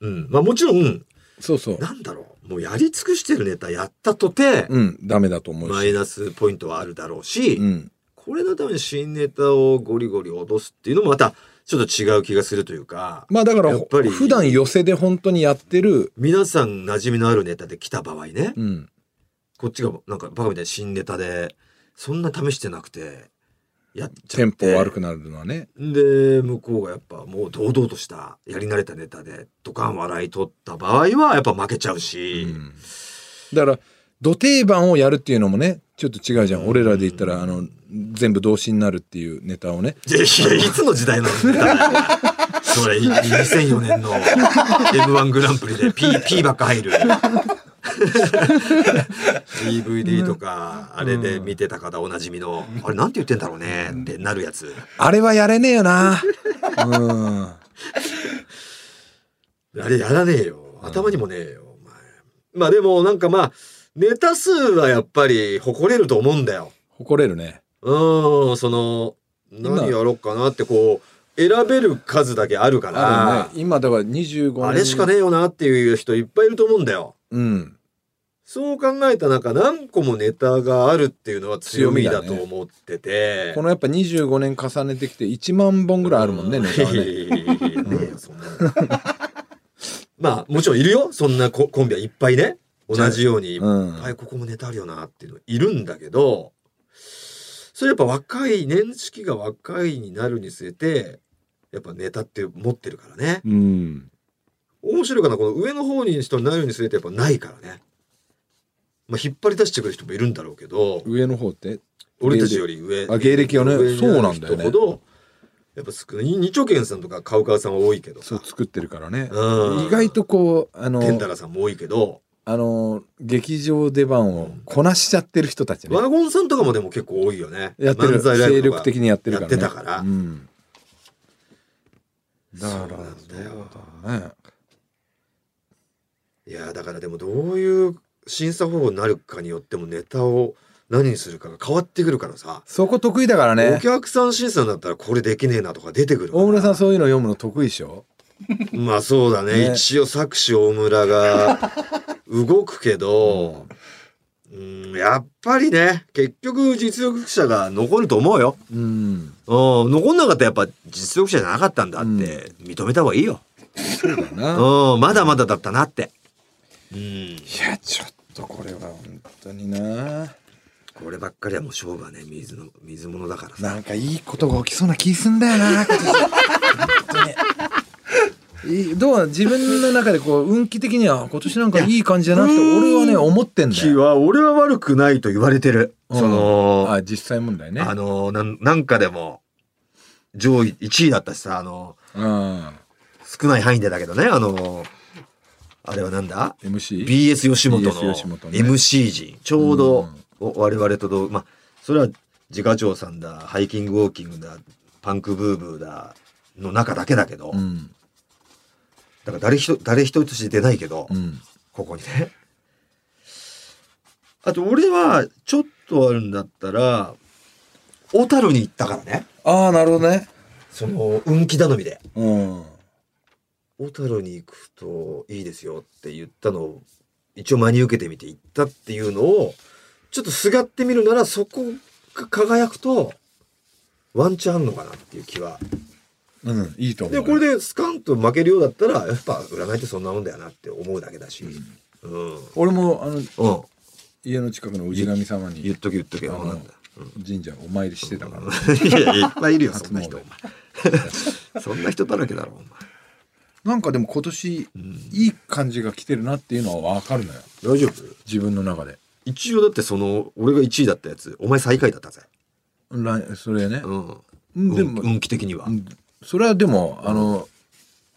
Speaker 1: うんまあもちろん
Speaker 2: そうそう。
Speaker 1: なんだろうもうやり尽くしてるネタやったとて、
Speaker 2: うん、ダメだと思う
Speaker 1: マ
Speaker 2: し。
Speaker 1: イナスポイントはあるだろうし、
Speaker 2: うん。
Speaker 1: これのために新ネタをゴリゴリ落とすっていうのもまたちょっと違う気がするというか、
Speaker 2: まあだから
Speaker 1: やっぱり
Speaker 2: 普段寄せで本当にやってる、
Speaker 1: 皆さん馴染みのあるネタで来た場合ね、
Speaker 2: うん、
Speaker 1: こっちがなんかバカみたいな新ネタでそんな試してなくてやっち
Speaker 2: テ
Speaker 1: ゃっ
Speaker 2: ン
Speaker 1: て
Speaker 2: ポ悪くなるのはね。
Speaker 1: で向こうがやっぱもう堂々としたやり慣れたネタでドカン笑い取った場合はやっぱ負けちゃう
Speaker 2: う
Speaker 1: し、
Speaker 2: ん。だから、土定番をやるっていうのもね、ちょっと違うじゃん。俺らで言ったら、あの、全部動詞になるっていうネタをね。
Speaker 1: いやいやいつの時代のネタだよそれい2004年の m 1グランプリで P, P ばっか入る DVD とかあれで見てた方おなじみのあれなんて言ってんだろうねってなるやつ
Speaker 2: あれはやれねえよな。うん。
Speaker 1: あれやらねえよ頭にもねえよお前まあでもなんかまあネタ数はやっぱり誇れると思うんだよ
Speaker 2: 誇れるね。
Speaker 1: うんその何やろうかなってこう選べる数だけあるから
Speaker 2: あるね。今だから25年。
Speaker 1: あれしかねえよなっていう人いっぱいいると思うんだよ。
Speaker 2: うん。
Speaker 1: そう考えた中何個もネタがあるっていうのは強みだと思ってて、
Speaker 2: このやっぱ25年重ねてきて1万本ぐらいあるもんね、ネタはね。
Speaker 1: ねえよそんなのまあもちろんいるよそんなココンビはいっぱいね同じようにいっ
Speaker 2: うん
Speaker 1: ぱいここもネタあるよなっていうのいるんだけどそれやっぱ若い年式が若いになるにつれてやっぱネタって持ってるからね
Speaker 2: うん。
Speaker 1: 面白いかなこの上の方に人になるにつれてやっぱないからね、まあ、引っ張り出してくる人もいるんだろうけど
Speaker 2: 上の方って
Speaker 1: 俺たちより上
Speaker 2: あ芸歴はね
Speaker 1: 上にる人
Speaker 2: そうなんだよね
Speaker 1: ほどやっぱ少ない二丁拳さんとか川川さんは多いけどさ
Speaker 2: そう作ってるからね。
Speaker 1: うん
Speaker 2: 意外とこう、あの、
Speaker 1: テンダラさんも多いけど
Speaker 2: あの、劇場出番をこなしちゃってる人たちね。
Speaker 1: ワゴンさんとかもでも結構多いよね
Speaker 2: やって
Speaker 1: 漫
Speaker 2: る。
Speaker 1: 才ライブ
Speaker 2: 精
Speaker 1: とか
Speaker 2: 力的にやってるから、ね。
Speaker 1: やってたから
Speaker 2: うん。だから、
Speaker 1: そうなんだよ
Speaker 2: そうだね。
Speaker 1: いやだからでもどういう審査方法になるかによってもネタを何にするかが変わってくるからさ、
Speaker 2: そこ得意だからね
Speaker 1: お。客さん審査になったらこれできねえなとか出てくるから
Speaker 2: 大村さんそういうの読むの得意でしょ
Speaker 1: まあそうだね
Speaker 2: ね
Speaker 1: 一応作詞大村 が動くけど、うん、やっぱりね結局実力者が残ると思うよ、
Speaker 2: うん。
Speaker 1: うん、残んなかったらやっぱ実力者じゃなかったんだって認めた方がいいよ、
Speaker 2: そうだな。
Speaker 1: うん、まだまだだったなって、うん、
Speaker 2: いやちょっとこれは本当にな
Speaker 1: こればっかりはもう勝負はね水の水物だからさ
Speaker 2: なんかいいことが起きそうな気すんだ よな今年本当にいいどう自分の中でこう運気的には今年なんかいい感じだなって俺はね思ってんだ
Speaker 1: 気
Speaker 2: よ、
Speaker 1: は俺は悪くないと言われてる、
Speaker 2: うん
Speaker 1: その
Speaker 2: あ実際問題ね
Speaker 1: あのなんなんかでも上位1位だったしさあの
Speaker 2: う
Speaker 1: 少ない範囲でだけどねあのあれはなんだ
Speaker 2: ん MC?
Speaker 1: BS 吉本の
Speaker 2: BS 吉本ね
Speaker 1: MC 陣ちょうど
Speaker 2: うん
Speaker 1: お我々とどうまあそれは自家長さんだハイキングウォーキングだパンクブーブーだの中だけだけど、
Speaker 2: うん
Speaker 1: だから誰一人誰一人として出ないけど、
Speaker 2: うん
Speaker 1: ここにね。あと俺はちょっとあるんだったら小樽に行ったからね
Speaker 2: ああなるほどね
Speaker 1: その運気頼みで
Speaker 2: うん
Speaker 1: 小樽に行くといいですよって言ったのを一応真に受けてみて行ったっていうのをちょっとすがってみるならそこが輝くとワンチャンあんのかなっていう気は
Speaker 2: うんいいと思う
Speaker 1: でこれでスカンと負けるようだったらやっぱ占いってそんなもんだよなって思うだけだしうん、うん、
Speaker 2: 俺もあの家の近くの氏神様に
Speaker 1: っとけ言っとけ
Speaker 2: あの
Speaker 1: なんだ
Speaker 2: 神社お参りしてたから
Speaker 1: いやいっぱいいるよ そ
Speaker 2: 初詣
Speaker 1: んな人お前そんな人だらけだろお前、
Speaker 2: なんかでも今年いい感じが来てるなっていうのは分かるのよ
Speaker 1: 大丈夫
Speaker 2: 自分の中で
Speaker 1: 一応だってその俺が1位だったやつお前最下位だったぜ
Speaker 2: 来それね、
Speaker 1: うん
Speaker 2: うんで
Speaker 1: 運
Speaker 2: も、
Speaker 1: 運気的には、
Speaker 2: うんそれはでもあの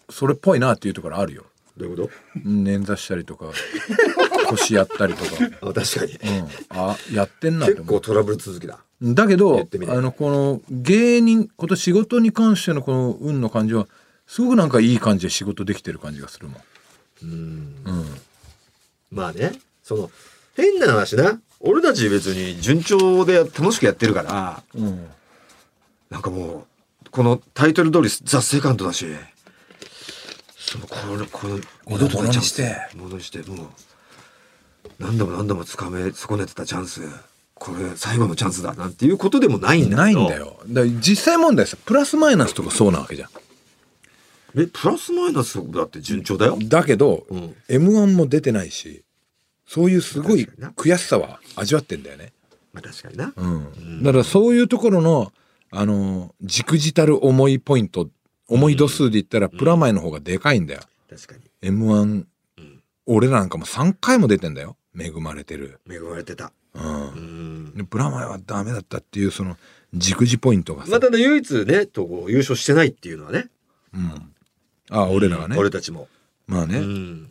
Speaker 2: それっぽいなっていうところあるよ
Speaker 1: どういうこ
Speaker 2: うん捻挫したりとか 腰やったりとか、
Speaker 1: とあ確かに
Speaker 2: うん、あやってんなって
Speaker 1: 結
Speaker 2: 思
Speaker 1: 構
Speaker 2: う
Speaker 1: トラブル続きだ
Speaker 2: だけ
Speaker 1: や
Speaker 2: ど
Speaker 1: ってみれ
Speaker 2: あのこの芸人こと仕事に関してのこの運の感じはすごくなんかいい感じで仕事できてる感じがするもん、
Speaker 1: うん
Speaker 2: うん、
Speaker 1: まあねその変な話な俺たち別に順調で楽しくやってるから
Speaker 2: うん、
Speaker 1: なんかもうこのタイトル通りザ・セカンドだしそのこれこの
Speaker 2: これを
Speaker 1: 二度とないチャンス
Speaker 2: 物にして
Speaker 1: 物にしてもう何度も何度もつかめ損ねてたチャンスこれ最後のチャンスだなんていうことでもないんだ
Speaker 2: ない
Speaker 1: けど
Speaker 2: んだよだから実際問題さプラスマイナスとかそうなわけじゃん
Speaker 1: えプラスマイナスだって順調だよ
Speaker 2: だけど、
Speaker 1: うん
Speaker 2: m 1も出てないしそういうすごい
Speaker 1: 確かにな
Speaker 2: 悔しさは味わってんだよね、
Speaker 1: まあ確かにな、
Speaker 2: うん、だからそういうところのあのじくじたる思いポイント思い度数で言ったらプラマイの方がでかいんだよ、
Speaker 1: 確かに
Speaker 2: m 1俺らなんかも3回も出てんだよ恵まれてる、
Speaker 1: 恵まれてた
Speaker 2: うん
Speaker 1: うん
Speaker 2: でプラマイはダメだったっていうそのじくじポイントがさ、
Speaker 1: まあただ唯一ねとこう優勝してないっていうのはね
Speaker 2: うん、ああ俺らがね、
Speaker 1: 俺たちも、
Speaker 2: まあね、
Speaker 1: うん、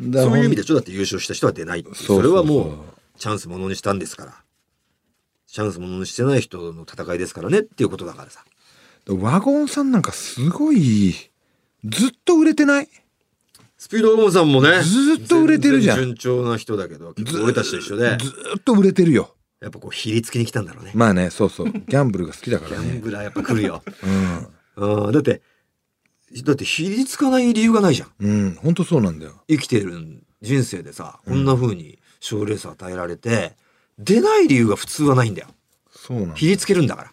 Speaker 2: だか
Speaker 1: そ
Speaker 2: ら
Speaker 1: ういう意味でちょっとだって優勝した人は出ないっていう
Speaker 2: そうそうそ
Speaker 1: そ
Speaker 2: う
Speaker 1: れはもうチャンスものにしたんですからチャンスものにしてない人の戦いですからねっていうことだからさ
Speaker 2: ワゴンさんなんかすごいずっと売れてない
Speaker 1: スピードオンさんもね
Speaker 2: ずーっと売れてるじゃん
Speaker 1: 全然順調な人だけど結構俺たちと一緒で
Speaker 2: ずーっと売れてるよ
Speaker 1: やっぱこうひりつきに来たんだろうね
Speaker 2: まあねそうそうギ ャンブルが好きだか
Speaker 1: ギ
Speaker 2: ら
Speaker 1: ャン
Speaker 2: ね
Speaker 1: ブラーやっぱ来るよ、
Speaker 2: う
Speaker 1: うん、だってだってひりつかない理由がないじゃん
Speaker 2: ん、うん、ほんとそうなんだよ
Speaker 1: 生きてるん人生でさこんな風に賞レース与えられて、出ない理由が普通はないんだよ
Speaker 2: そうなんだ
Speaker 1: ひりつけるんだから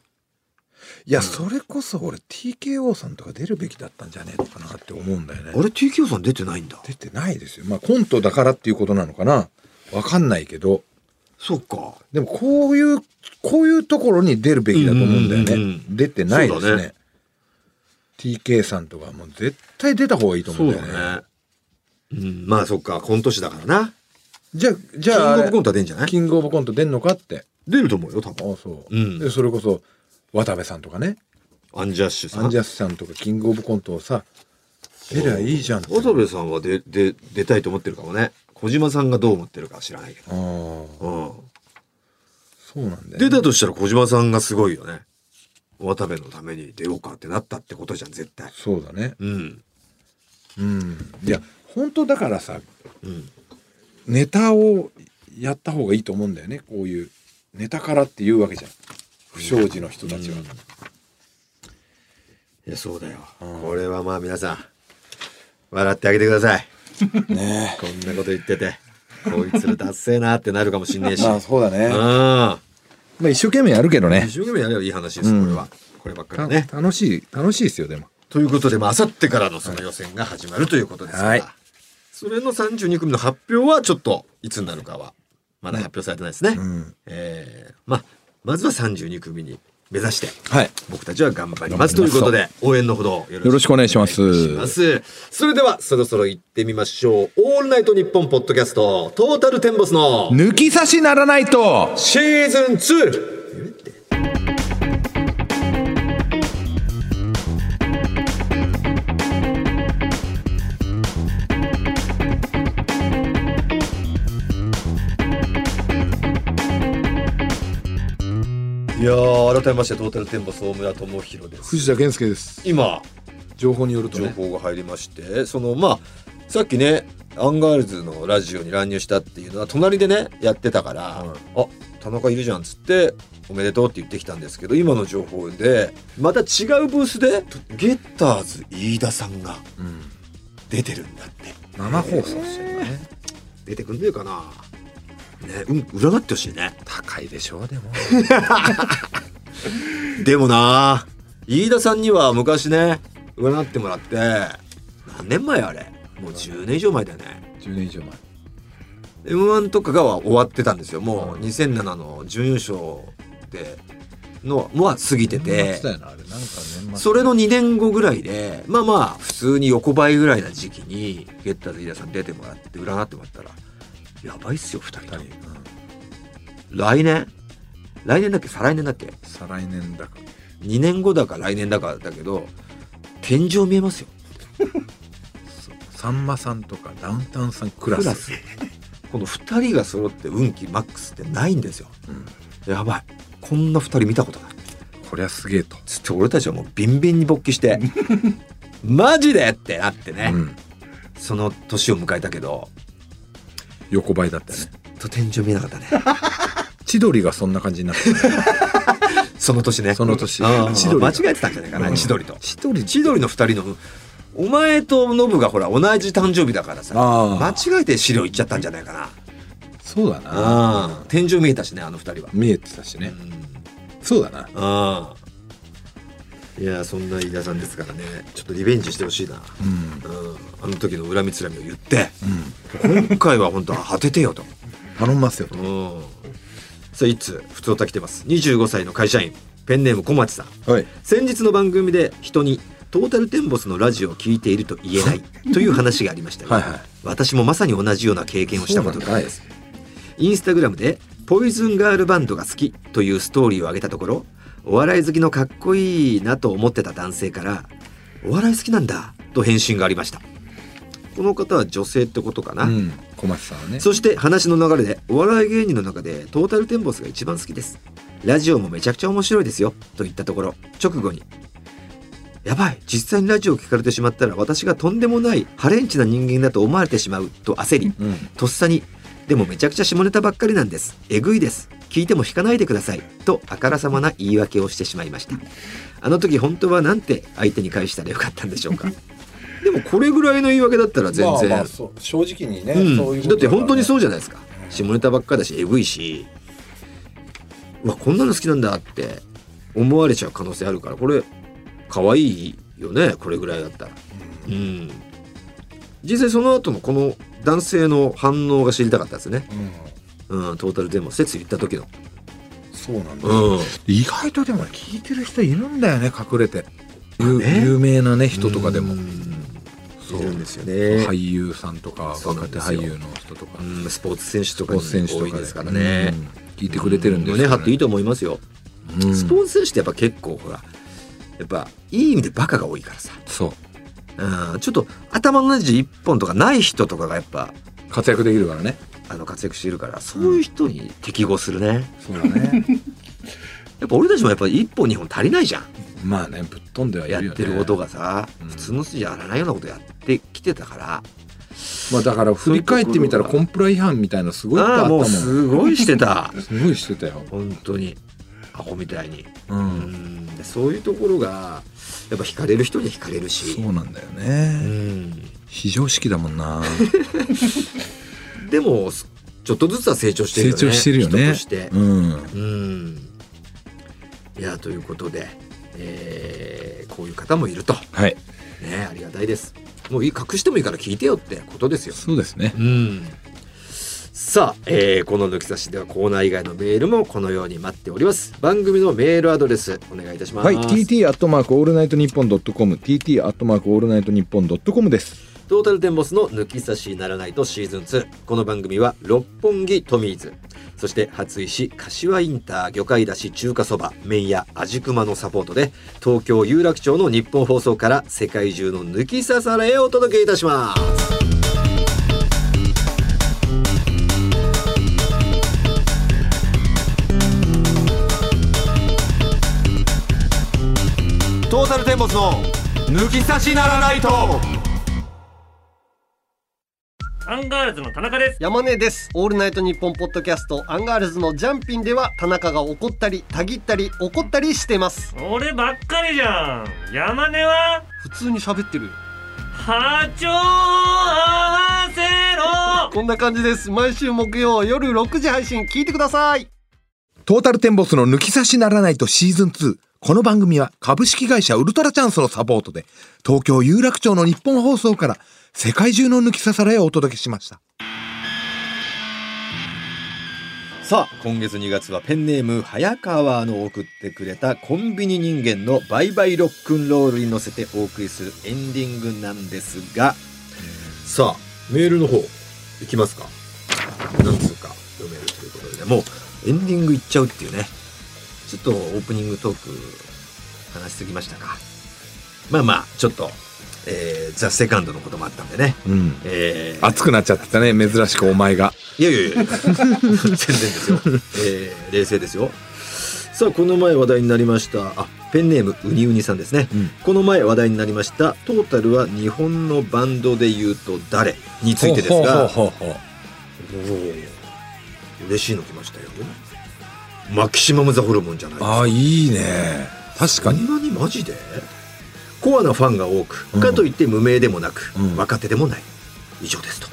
Speaker 2: いや、それこそ俺 TKO さんとか出るべきだったんじゃねえのかなって思うんだよね
Speaker 1: あれ TKO さん出てないんだ
Speaker 2: 出てないですよまあコントだからっていうことなのかなわかんないけど
Speaker 1: そっか
Speaker 2: でもこういうこういうところに出るべきだと思うんだよね、
Speaker 1: うんうんうんうん
Speaker 2: 出てないで
Speaker 1: そ
Speaker 2: す
Speaker 1: う
Speaker 2: ね
Speaker 1: だね
Speaker 2: TK さんとかもう絶対出た方がいいと思
Speaker 1: そう
Speaker 2: うんだよね
Speaker 1: だねうんまあそっか今年だからな
Speaker 2: じゃあ
Speaker 1: キン
Speaker 2: じ
Speaker 1: グ
Speaker 2: ゃああ
Speaker 1: オ
Speaker 2: れ
Speaker 1: ブコントは出んじゃない
Speaker 2: キングオブコント出んのかって
Speaker 1: 出ると思うよ多分
Speaker 2: あそう、
Speaker 1: うん
Speaker 2: でそれこそ渡部さんとかね
Speaker 1: アンジャッシュさん
Speaker 2: アンジャスさんとかキングオブコントをさ出りゃいいじゃんって
Speaker 1: 渡部さんは出出出たいと思ってるかもね小島さんがどう思ってるかは知らないけ
Speaker 2: あー
Speaker 1: ど、うん
Speaker 2: そうなんだよ
Speaker 1: 出
Speaker 2: ね、
Speaker 1: たとしたら小島さんがすごいよね渡部のために出ようかってなったってことじゃん絶対
Speaker 2: そうだね
Speaker 1: うん
Speaker 2: うんいや本当だからさ
Speaker 1: うん
Speaker 2: ネタをやった方がいいと思うんだよねこういうネタからっていうわけじゃん不祥事の人たちは、
Speaker 1: うんいやそうだよ、
Speaker 2: うん
Speaker 1: これはまあ皆さん笑ってあげてください
Speaker 2: ね
Speaker 1: こんなこと言っててこいつらダッセーなってなるかもしんねえ
Speaker 2: え
Speaker 1: し、
Speaker 2: まあそうだね、
Speaker 1: うん
Speaker 2: まあ、一生懸命やるけどね
Speaker 1: 一生懸命やればいい話です、
Speaker 2: うん
Speaker 1: これはこればっか
Speaker 2: た
Speaker 1: りね
Speaker 2: 楽しい楽しいですよでも
Speaker 1: ということで、まあ明後日からのその予選が始まるということですから、
Speaker 2: はい
Speaker 1: それの32組の発表はちょっといつになるかはまだ発表されてないですね、
Speaker 2: うん
Speaker 1: えーまあまずは32組に目指して
Speaker 2: はい
Speaker 1: 僕たちは頑張りますということで応援のほどよ
Speaker 2: よろしくお願いします
Speaker 1: お願いしますそれではそろそろ行ってみましょう「オールナイトニッポン」ポッドキャストトータルテンボスの
Speaker 2: 抜き差しならないと
Speaker 1: シーズン 2! いやー改めましてトータルテンボス大村智弘です
Speaker 2: 藤田健介です
Speaker 1: 今
Speaker 2: 情報によると
Speaker 1: 情
Speaker 2: ね
Speaker 1: 報が入りましてそのまあさっきねアンガールズのラジオに乱入したっていうのは隣でねやってたから、あ田中いるじゃんっつっておめでとうって言ってきたんですけど今の情報でまた違うブースでゲッターズ飯田さんが
Speaker 2: うん、
Speaker 1: 出てるんだって
Speaker 2: 生放送してるのね
Speaker 1: 出てくんねえかなねうん占ってほしいね
Speaker 2: 高いでしょうで も
Speaker 1: でもな飯田さんには昔ね占ってもらって何年前あれもう10年以上前だよね
Speaker 2: 10年以上前
Speaker 1: m 1とかが終わってたんですよもう2007の準優勝でのは過ぎてて
Speaker 2: 年末だよなあれなんか年末
Speaker 1: それの2年後ぐらいでまあまあ普通に横ばいぐらいな時期にゲッターズ飯田さん出てもらって占ってもらったらやばいっすよ2人とも来年来年だっけ再来年だっけ
Speaker 2: 再来年だか
Speaker 1: 2年後だか来年だかだけど天井見えますよ
Speaker 2: さんまさんとかダウンタウンさんク
Speaker 1: ク
Speaker 2: ラ
Speaker 1: ラ
Speaker 2: ス
Speaker 1: スこの2人が揃って運気マックスってないんですよ
Speaker 2: うん
Speaker 1: やばいこんな2人見たことない
Speaker 2: こりゃすげえと、
Speaker 1: つって俺たちはもうビンビンに勃起して マジでってなってね、
Speaker 2: うん、
Speaker 1: その年を迎えたけど
Speaker 2: 横ばいだったよね
Speaker 1: と天井見えなかったね
Speaker 2: 千鳥がそんな感じになってたね
Speaker 1: その年ね
Speaker 2: その年
Speaker 1: うん
Speaker 2: 千鳥
Speaker 1: 間違えてたんじゃないかな、
Speaker 2: うん
Speaker 1: 千鳥と
Speaker 2: 千鳥
Speaker 1: 千鳥の二人のお前とノブがほら同じ誕生日だからさ
Speaker 2: あ
Speaker 1: 間
Speaker 2: あ
Speaker 1: 違えて資料いっちゃったんじゃないか
Speaker 2: そうだな
Speaker 1: なうん天井見えたしねあの二人は、
Speaker 2: 見えてたしね、そうだな
Speaker 1: うんいやそんな飯田さんですからねちょっとリベンジしてほしいな、
Speaker 2: うん
Speaker 1: うん、あの時の恨みつらみを言って
Speaker 2: うん
Speaker 1: 今回は本当は果ててよと。
Speaker 2: 頼みますよ
Speaker 1: うん。さあ、いつ、普通歌来てます。25歳の会社員、ペンネーム小町さん。
Speaker 2: はい
Speaker 1: 先日の番組で人に、トータルテンボスのラジオを聞いていると言えない という話がありましたが、
Speaker 2: はいはい
Speaker 1: 私もまさに同じような経験をしたことがあります。インスタグラムで、ポイズンガールバンドが好きというストーリーを上げたところ、お笑い好きのかっこいいなと思ってた男性から、お笑い好きなんだと返信がありました。この方は女性ってことかな。
Speaker 2: うん小松さんはね
Speaker 1: そして話の流れでお笑い芸人の中でトータルテンボスが一番好きです。ラジオもめちゃくちゃ面白いですよと言ったところ直後に「やばい実際にラジオを聞かれてしまったら私がとんでもないハレンチな人間だと思われてしまう」と焦り
Speaker 2: うん
Speaker 1: とっさに「でもめちゃくちゃ下ネタばっかりなんですえぐいです聞いても引かないでください」とあからさまな言 い訳をしてしまいましたあの時本当はなんて相手に返したらよかったんでしょうかでもこれぐらいの言い訳だったら全然、
Speaker 3: まあまあそう正直にね、
Speaker 1: うん
Speaker 3: そういうこ
Speaker 1: だ
Speaker 3: と
Speaker 1: って本当にそううじゃないですか下ネタばっかだしエグいしうわこんなの好きなんだって思われちゃう可能性あるからこれ可愛いよねこれぐらいだったらうん実際その後のこの男性の反応が知りたかったですね、
Speaker 3: うん、
Speaker 1: うん、トータルでも説言った時の
Speaker 3: そうなんだ、
Speaker 1: うん
Speaker 2: 意外とでも聞いてる人いるんだよね隠れて、ゆ
Speaker 1: ね
Speaker 2: 有名なね人とかでも、
Speaker 1: うん
Speaker 2: そう
Speaker 1: いるんですよね、
Speaker 2: 俳優さんとか
Speaker 1: そうな
Speaker 2: 若
Speaker 1: ん
Speaker 2: 手
Speaker 1: ですよ
Speaker 2: 俳優の人とか、
Speaker 1: うん、スポーツ選手とか
Speaker 2: スポ
Speaker 1: に
Speaker 2: ーツ選手と
Speaker 1: 多
Speaker 2: か
Speaker 1: いですからね、
Speaker 2: うん聞いてくれてるんです
Speaker 1: 胸張っていいと
Speaker 2: と、
Speaker 1: 思いますよ
Speaker 2: うん
Speaker 1: スポーツ選手ってやっぱ結構ほらやっぱいい意味でバカが多いからさ、
Speaker 2: そう
Speaker 1: うん、ちょっと頭のネジ一本とかない人とかがやっぱ
Speaker 2: 活躍できるからね
Speaker 1: あの活躍しているからそういう人に適合するね、
Speaker 2: そうだね
Speaker 1: やっぱ俺たちもやっぱ一本二本足りないじゃん、
Speaker 2: まあねぶっ飛んではいるよ
Speaker 1: やっ
Speaker 2: ね
Speaker 1: てることがさ、
Speaker 2: うん
Speaker 1: 普通の人じゃやらないようなことやってきてたから、
Speaker 2: まあだから振り返ってみたらコンプラ違反みたいなのすごいいっぱい
Speaker 1: あ
Speaker 2: あっ
Speaker 1: あ
Speaker 2: たも
Speaker 1: もう
Speaker 2: ん
Speaker 1: すごいして た
Speaker 2: すごいしてたよ
Speaker 1: 本当にアホみたいに、
Speaker 2: う
Speaker 1: うんん、でそういうところがやっぱ惹かれる人には惹かれるし
Speaker 2: そうなんだよ
Speaker 1: う
Speaker 2: ね
Speaker 1: ん
Speaker 2: 非常識だもんな
Speaker 1: でもちょっとずつは成長 してるよね
Speaker 2: 成長してるよね
Speaker 1: 人として
Speaker 2: うん
Speaker 1: うんいやということで、えーこういう方もいると
Speaker 2: はい
Speaker 1: ねありがたいですもういい隠してもいいから聞いてよってことですよ
Speaker 2: そうですね
Speaker 1: うんさあ、えーこの抜き差しではコーナー以外のメールもこのように待っております番組のメールアドレスお願いいたします
Speaker 2: はい TT アットマークオールナイトニッポンドットコム TT アットマークオールナイトニッポンドットコムです
Speaker 1: トータルテンボスの抜き差しならないとシーズン2この番組は六本木トミーズそして初石柏インター魚介だし中華そば麺屋味熊のサポートで東京有楽町の日本放送から世界中の抜き差されへお届けいたしますトータルテンボスの抜き差しならないと
Speaker 4: アンガールズの田中です。
Speaker 5: 山根です。オールナイトニッポンポッドキャストアンガールズのジャンピンでは田中が怒ったり、たぎったり、怒ったりしてます。
Speaker 4: 俺ばっかりじゃん。山根は
Speaker 5: 普通に喋ってる。
Speaker 4: 波長を合わ
Speaker 5: こんな感じです。毎週木曜夜6時配信聞いてください。
Speaker 2: トータルテンボスの抜き差しならないとシーズン2この番組は株式会社ウルトラチャンスのサポートで東京有楽町の日本放送から世界中の抜き差されをお届けしました
Speaker 1: さあ今月2月はペンネーム早川の送ってくれたコンビニ人間のバイバイロックンロールに乗せてお送りするエンディングなんですがさあメールの方いきますか何通か読めるということでねもうエンディングいっちゃうっていうねちょっとオープニングトーク話しすぎましたかまあまあちょっと、えー、ザ・セカンドのこともあったんでね、
Speaker 2: うん
Speaker 1: えー
Speaker 2: 熱くなっちゃってたね珍しくお前が
Speaker 1: いやいやいや全然ですよ、えー冷静ですよさあこの前話題になりましたあペンネームウニウニさんですね、
Speaker 2: うん
Speaker 1: この前話題になりましたトータルは日本のバンドで言うと誰についてですが
Speaker 2: ほうほうほうほう
Speaker 1: おー嬉しいの来ましたよマキシマム・ザ・ホルモンじゃないです
Speaker 2: あ
Speaker 1: か
Speaker 2: あいいね確か
Speaker 1: こ
Speaker 2: に
Speaker 1: んなにマジでコアなファンが多く、
Speaker 2: うん
Speaker 1: かといって無名でもなく、
Speaker 2: うん
Speaker 1: 若手でもない以上ですと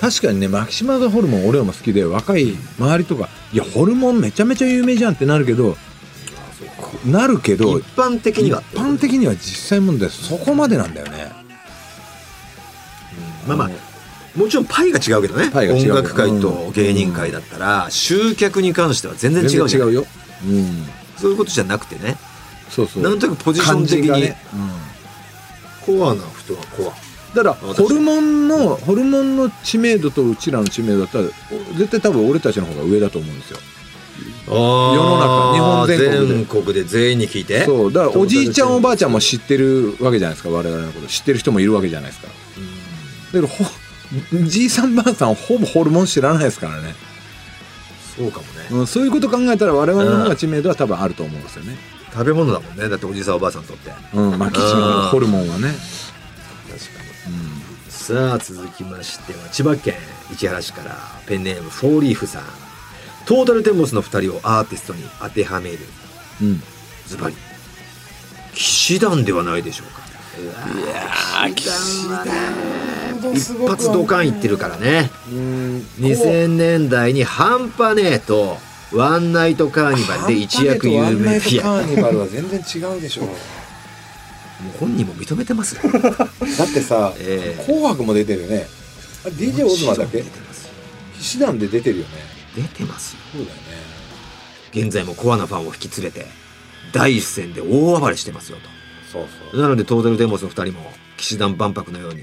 Speaker 2: 確かにねマキシマムホルモン俺らも好きで若い周りとかいやホルモンめちゃめちゃ有名じゃんってなるけどこなるけど
Speaker 1: 一般的には
Speaker 2: 一般的には実際問題そこまでなんだよね
Speaker 1: まあまあもちろんパイが違うけどね
Speaker 2: パイが違う
Speaker 1: 音楽界と芸人界だったら、集客に関しては全然違うじゃん
Speaker 2: ようん
Speaker 1: そういうことじゃなくてね
Speaker 2: そうそう
Speaker 1: なんとなくポジション的
Speaker 2: 感じが
Speaker 1: に、
Speaker 2: ねうん
Speaker 1: コアな人はコア
Speaker 2: だから
Speaker 1: 私
Speaker 2: ホルモンのホルモンの知名度とうちらの知名度だったら絶対多分俺たちの方が上だと思うんですよ世の中日本全国で
Speaker 1: 全国で全員に聞いて
Speaker 2: そうだからおじいちゃんおばあちゃんも知ってるわけじゃないですか我々のこと知ってる人もいるわけじゃないですか
Speaker 1: うん
Speaker 2: だけどほじいさんばあさんほぼホルモン知らないですからね、
Speaker 1: そうかもね、
Speaker 2: うん、そういうこと考えたら我々の方が知名度は多分あると思うんですよね、
Speaker 1: 食べ物だもんねだっておじさんおばあさんにとって確か
Speaker 2: うん、マキシマムホルモンはね、
Speaker 1: にさあ続きましては千葉県市原市からペンネームフォーリーフさんトータルテンボスの2人をアーティストに当てはめる
Speaker 2: うんうん、
Speaker 1: ズバリ騎士団ではないでしょうかあ岸田一発ドカンいってるからね2000年代に「半端ねえ」と「ワンナイトカーニバル」で一躍有
Speaker 3: ワンナ
Speaker 1: 名
Speaker 3: イト
Speaker 1: いやも
Speaker 3: カーニバルは全然違うでしょ
Speaker 1: う本人も認めてますよ
Speaker 3: だってさ「
Speaker 1: ええ
Speaker 3: 紅白」も出てるよねあ DJ オズマだっけ
Speaker 1: 出てますよ
Speaker 3: 騎士団で出てるよね
Speaker 1: 出てますよ
Speaker 3: そうだよね
Speaker 1: 現在もコアなファンを引き連れて第一線で大暴れしてますよ
Speaker 3: そう
Speaker 1: となのでトータルテンボスの2人も騎士団万博のように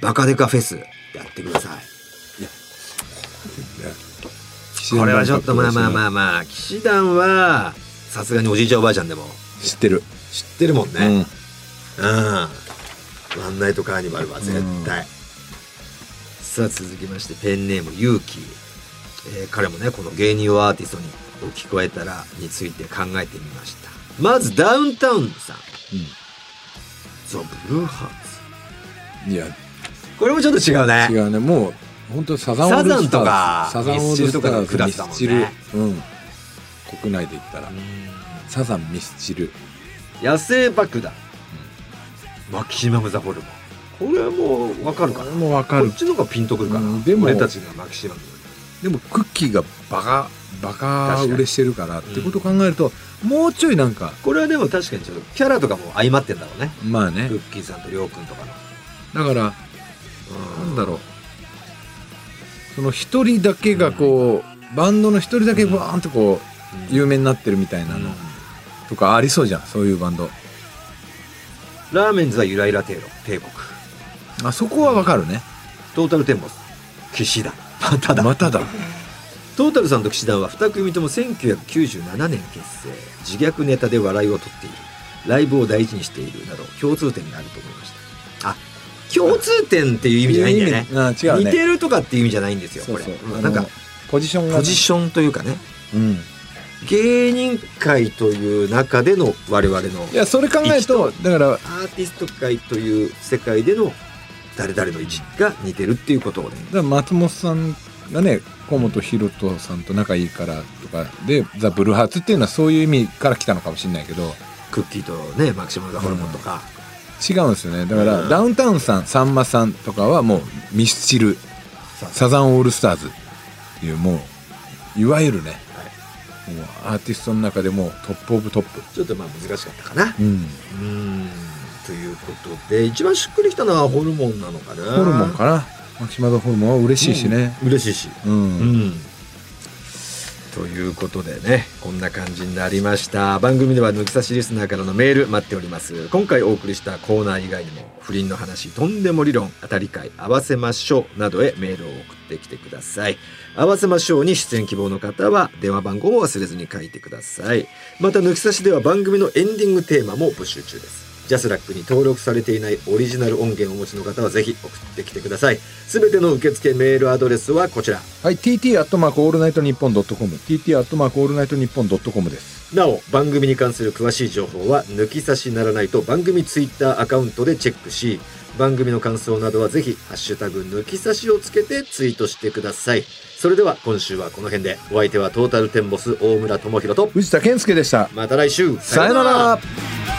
Speaker 1: バカデカフェスやってくださいこれはちょっとまあまあまあまあ騎士団はさすがにおじいちゃんおばあちゃんでも
Speaker 2: 知ってる、
Speaker 1: 知ってるもんね
Speaker 2: う
Speaker 1: うんん、ワンナイトカーニバルは絶対、さあ続きましてペンネームゆうき、えー彼もねこの芸人をアーティストに置き換えたらについて考えてみましたまずダウンタウンさん、ザ・ブルーハーツ
Speaker 2: いや
Speaker 1: これもちょっと違うね
Speaker 2: 違うねもう本当サザンオールスターズ
Speaker 1: サザンとか
Speaker 2: オールスターズ
Speaker 1: ミスチルとかのクラスだもんね
Speaker 2: ミスチルうん国内で言ったらサザンミスチル
Speaker 1: 野生爆弾、マキシマム・ザ・ホルモンこれはもうわかるか
Speaker 2: こ
Speaker 1: な
Speaker 2: れもわかる
Speaker 1: こっちの方がピンとくるかな、
Speaker 2: うんでも
Speaker 1: 俺たちがマキシマム
Speaker 2: でもクッキーがバカバカ
Speaker 1: 確かに
Speaker 2: 売れしてるからってことを考えると、もうちょいなんか
Speaker 1: これはでも確かにちょっとキャラとかも相まってんだろうね
Speaker 2: まあね
Speaker 1: クッキーさんとりょうくんとかの
Speaker 2: だからなんだろうその一人だけがこう、バンドの一人だけバーンとこう、有名になってるみたいなのとかありそうじゃんそういうバンド
Speaker 1: ラーメンズはゆらゆら帝国帝国
Speaker 2: あそこはわかるね
Speaker 1: トータルテンボス岸田ま ただ
Speaker 2: まただ
Speaker 1: トータルさんと岸田は2組とも1997年結成自虐ネタで笑いを取っているライブを大事にしているなど共通点があると思いましたあ共通点っていう意味じゃないんだよね
Speaker 2: あ違うね
Speaker 1: 似てるとかっていう意味じゃないんですよ
Speaker 2: そうそう
Speaker 1: これ、
Speaker 2: あの
Speaker 1: なんか
Speaker 2: ポジションがね
Speaker 1: ポジションというかね
Speaker 2: うん
Speaker 1: 芸人界という中での我々の
Speaker 2: いやそれ考えるとだから
Speaker 1: アーティスト界という世界での誰々の位置が似てるっていうことをね
Speaker 2: だから松本さんがね河本大翔さんと仲いいからとかで「ザ・ブルーハーツ」っていうのはそういう意味から来たのかもしれないけど
Speaker 1: クッキーとねマキシマムがホルモンとか、
Speaker 2: 違うんですよねだから、
Speaker 1: うん
Speaker 2: ダウンタウンさんさんまさんとかはもうミスチルサザンオールスターズっていうもういわゆるね、もうアーティストの中でもうトップオブトップ、
Speaker 1: ちょっとまあ難しかったかな。
Speaker 2: うん、
Speaker 1: うんということで一番しっくりきたのはホルモンなのかな
Speaker 2: ホルモンかなマキシマムホルモンは嬉しいしね、
Speaker 1: 嬉しいし。
Speaker 2: うん
Speaker 1: うんということでねこんな感じになりました番組では抜き差しリスナーからのメール待っております今回お送りしたコーナー以外にも不倫の話とんでも理論当たり会合わせましょうなどへメールを送ってきてください合わせましょうに出演希望の方は電話番号を忘れずに書いてくださいまた抜き差しでは番組のエンディングテーマも募集中ですジャスラックに登録されていないオリジナル音源をお持ちの方はぜひ送ってきてくださいすべての受付メールアドレスはこちら
Speaker 2: はい TT アットマークオールナイトニッポンドットコム TT アットマークオールナイトニッポンドットコムです
Speaker 1: なお番組に関する詳しい情報は抜き差しならないと番組ツイッターアカウントでチェックし番組の感想などはぜひ「ハッシュタグ抜き差し」をつけてツイートしてくださいそれでは今週はこの辺でお相手はトータルテンボス大村智広と
Speaker 2: 藤田健介でした
Speaker 1: また来週
Speaker 2: さよなら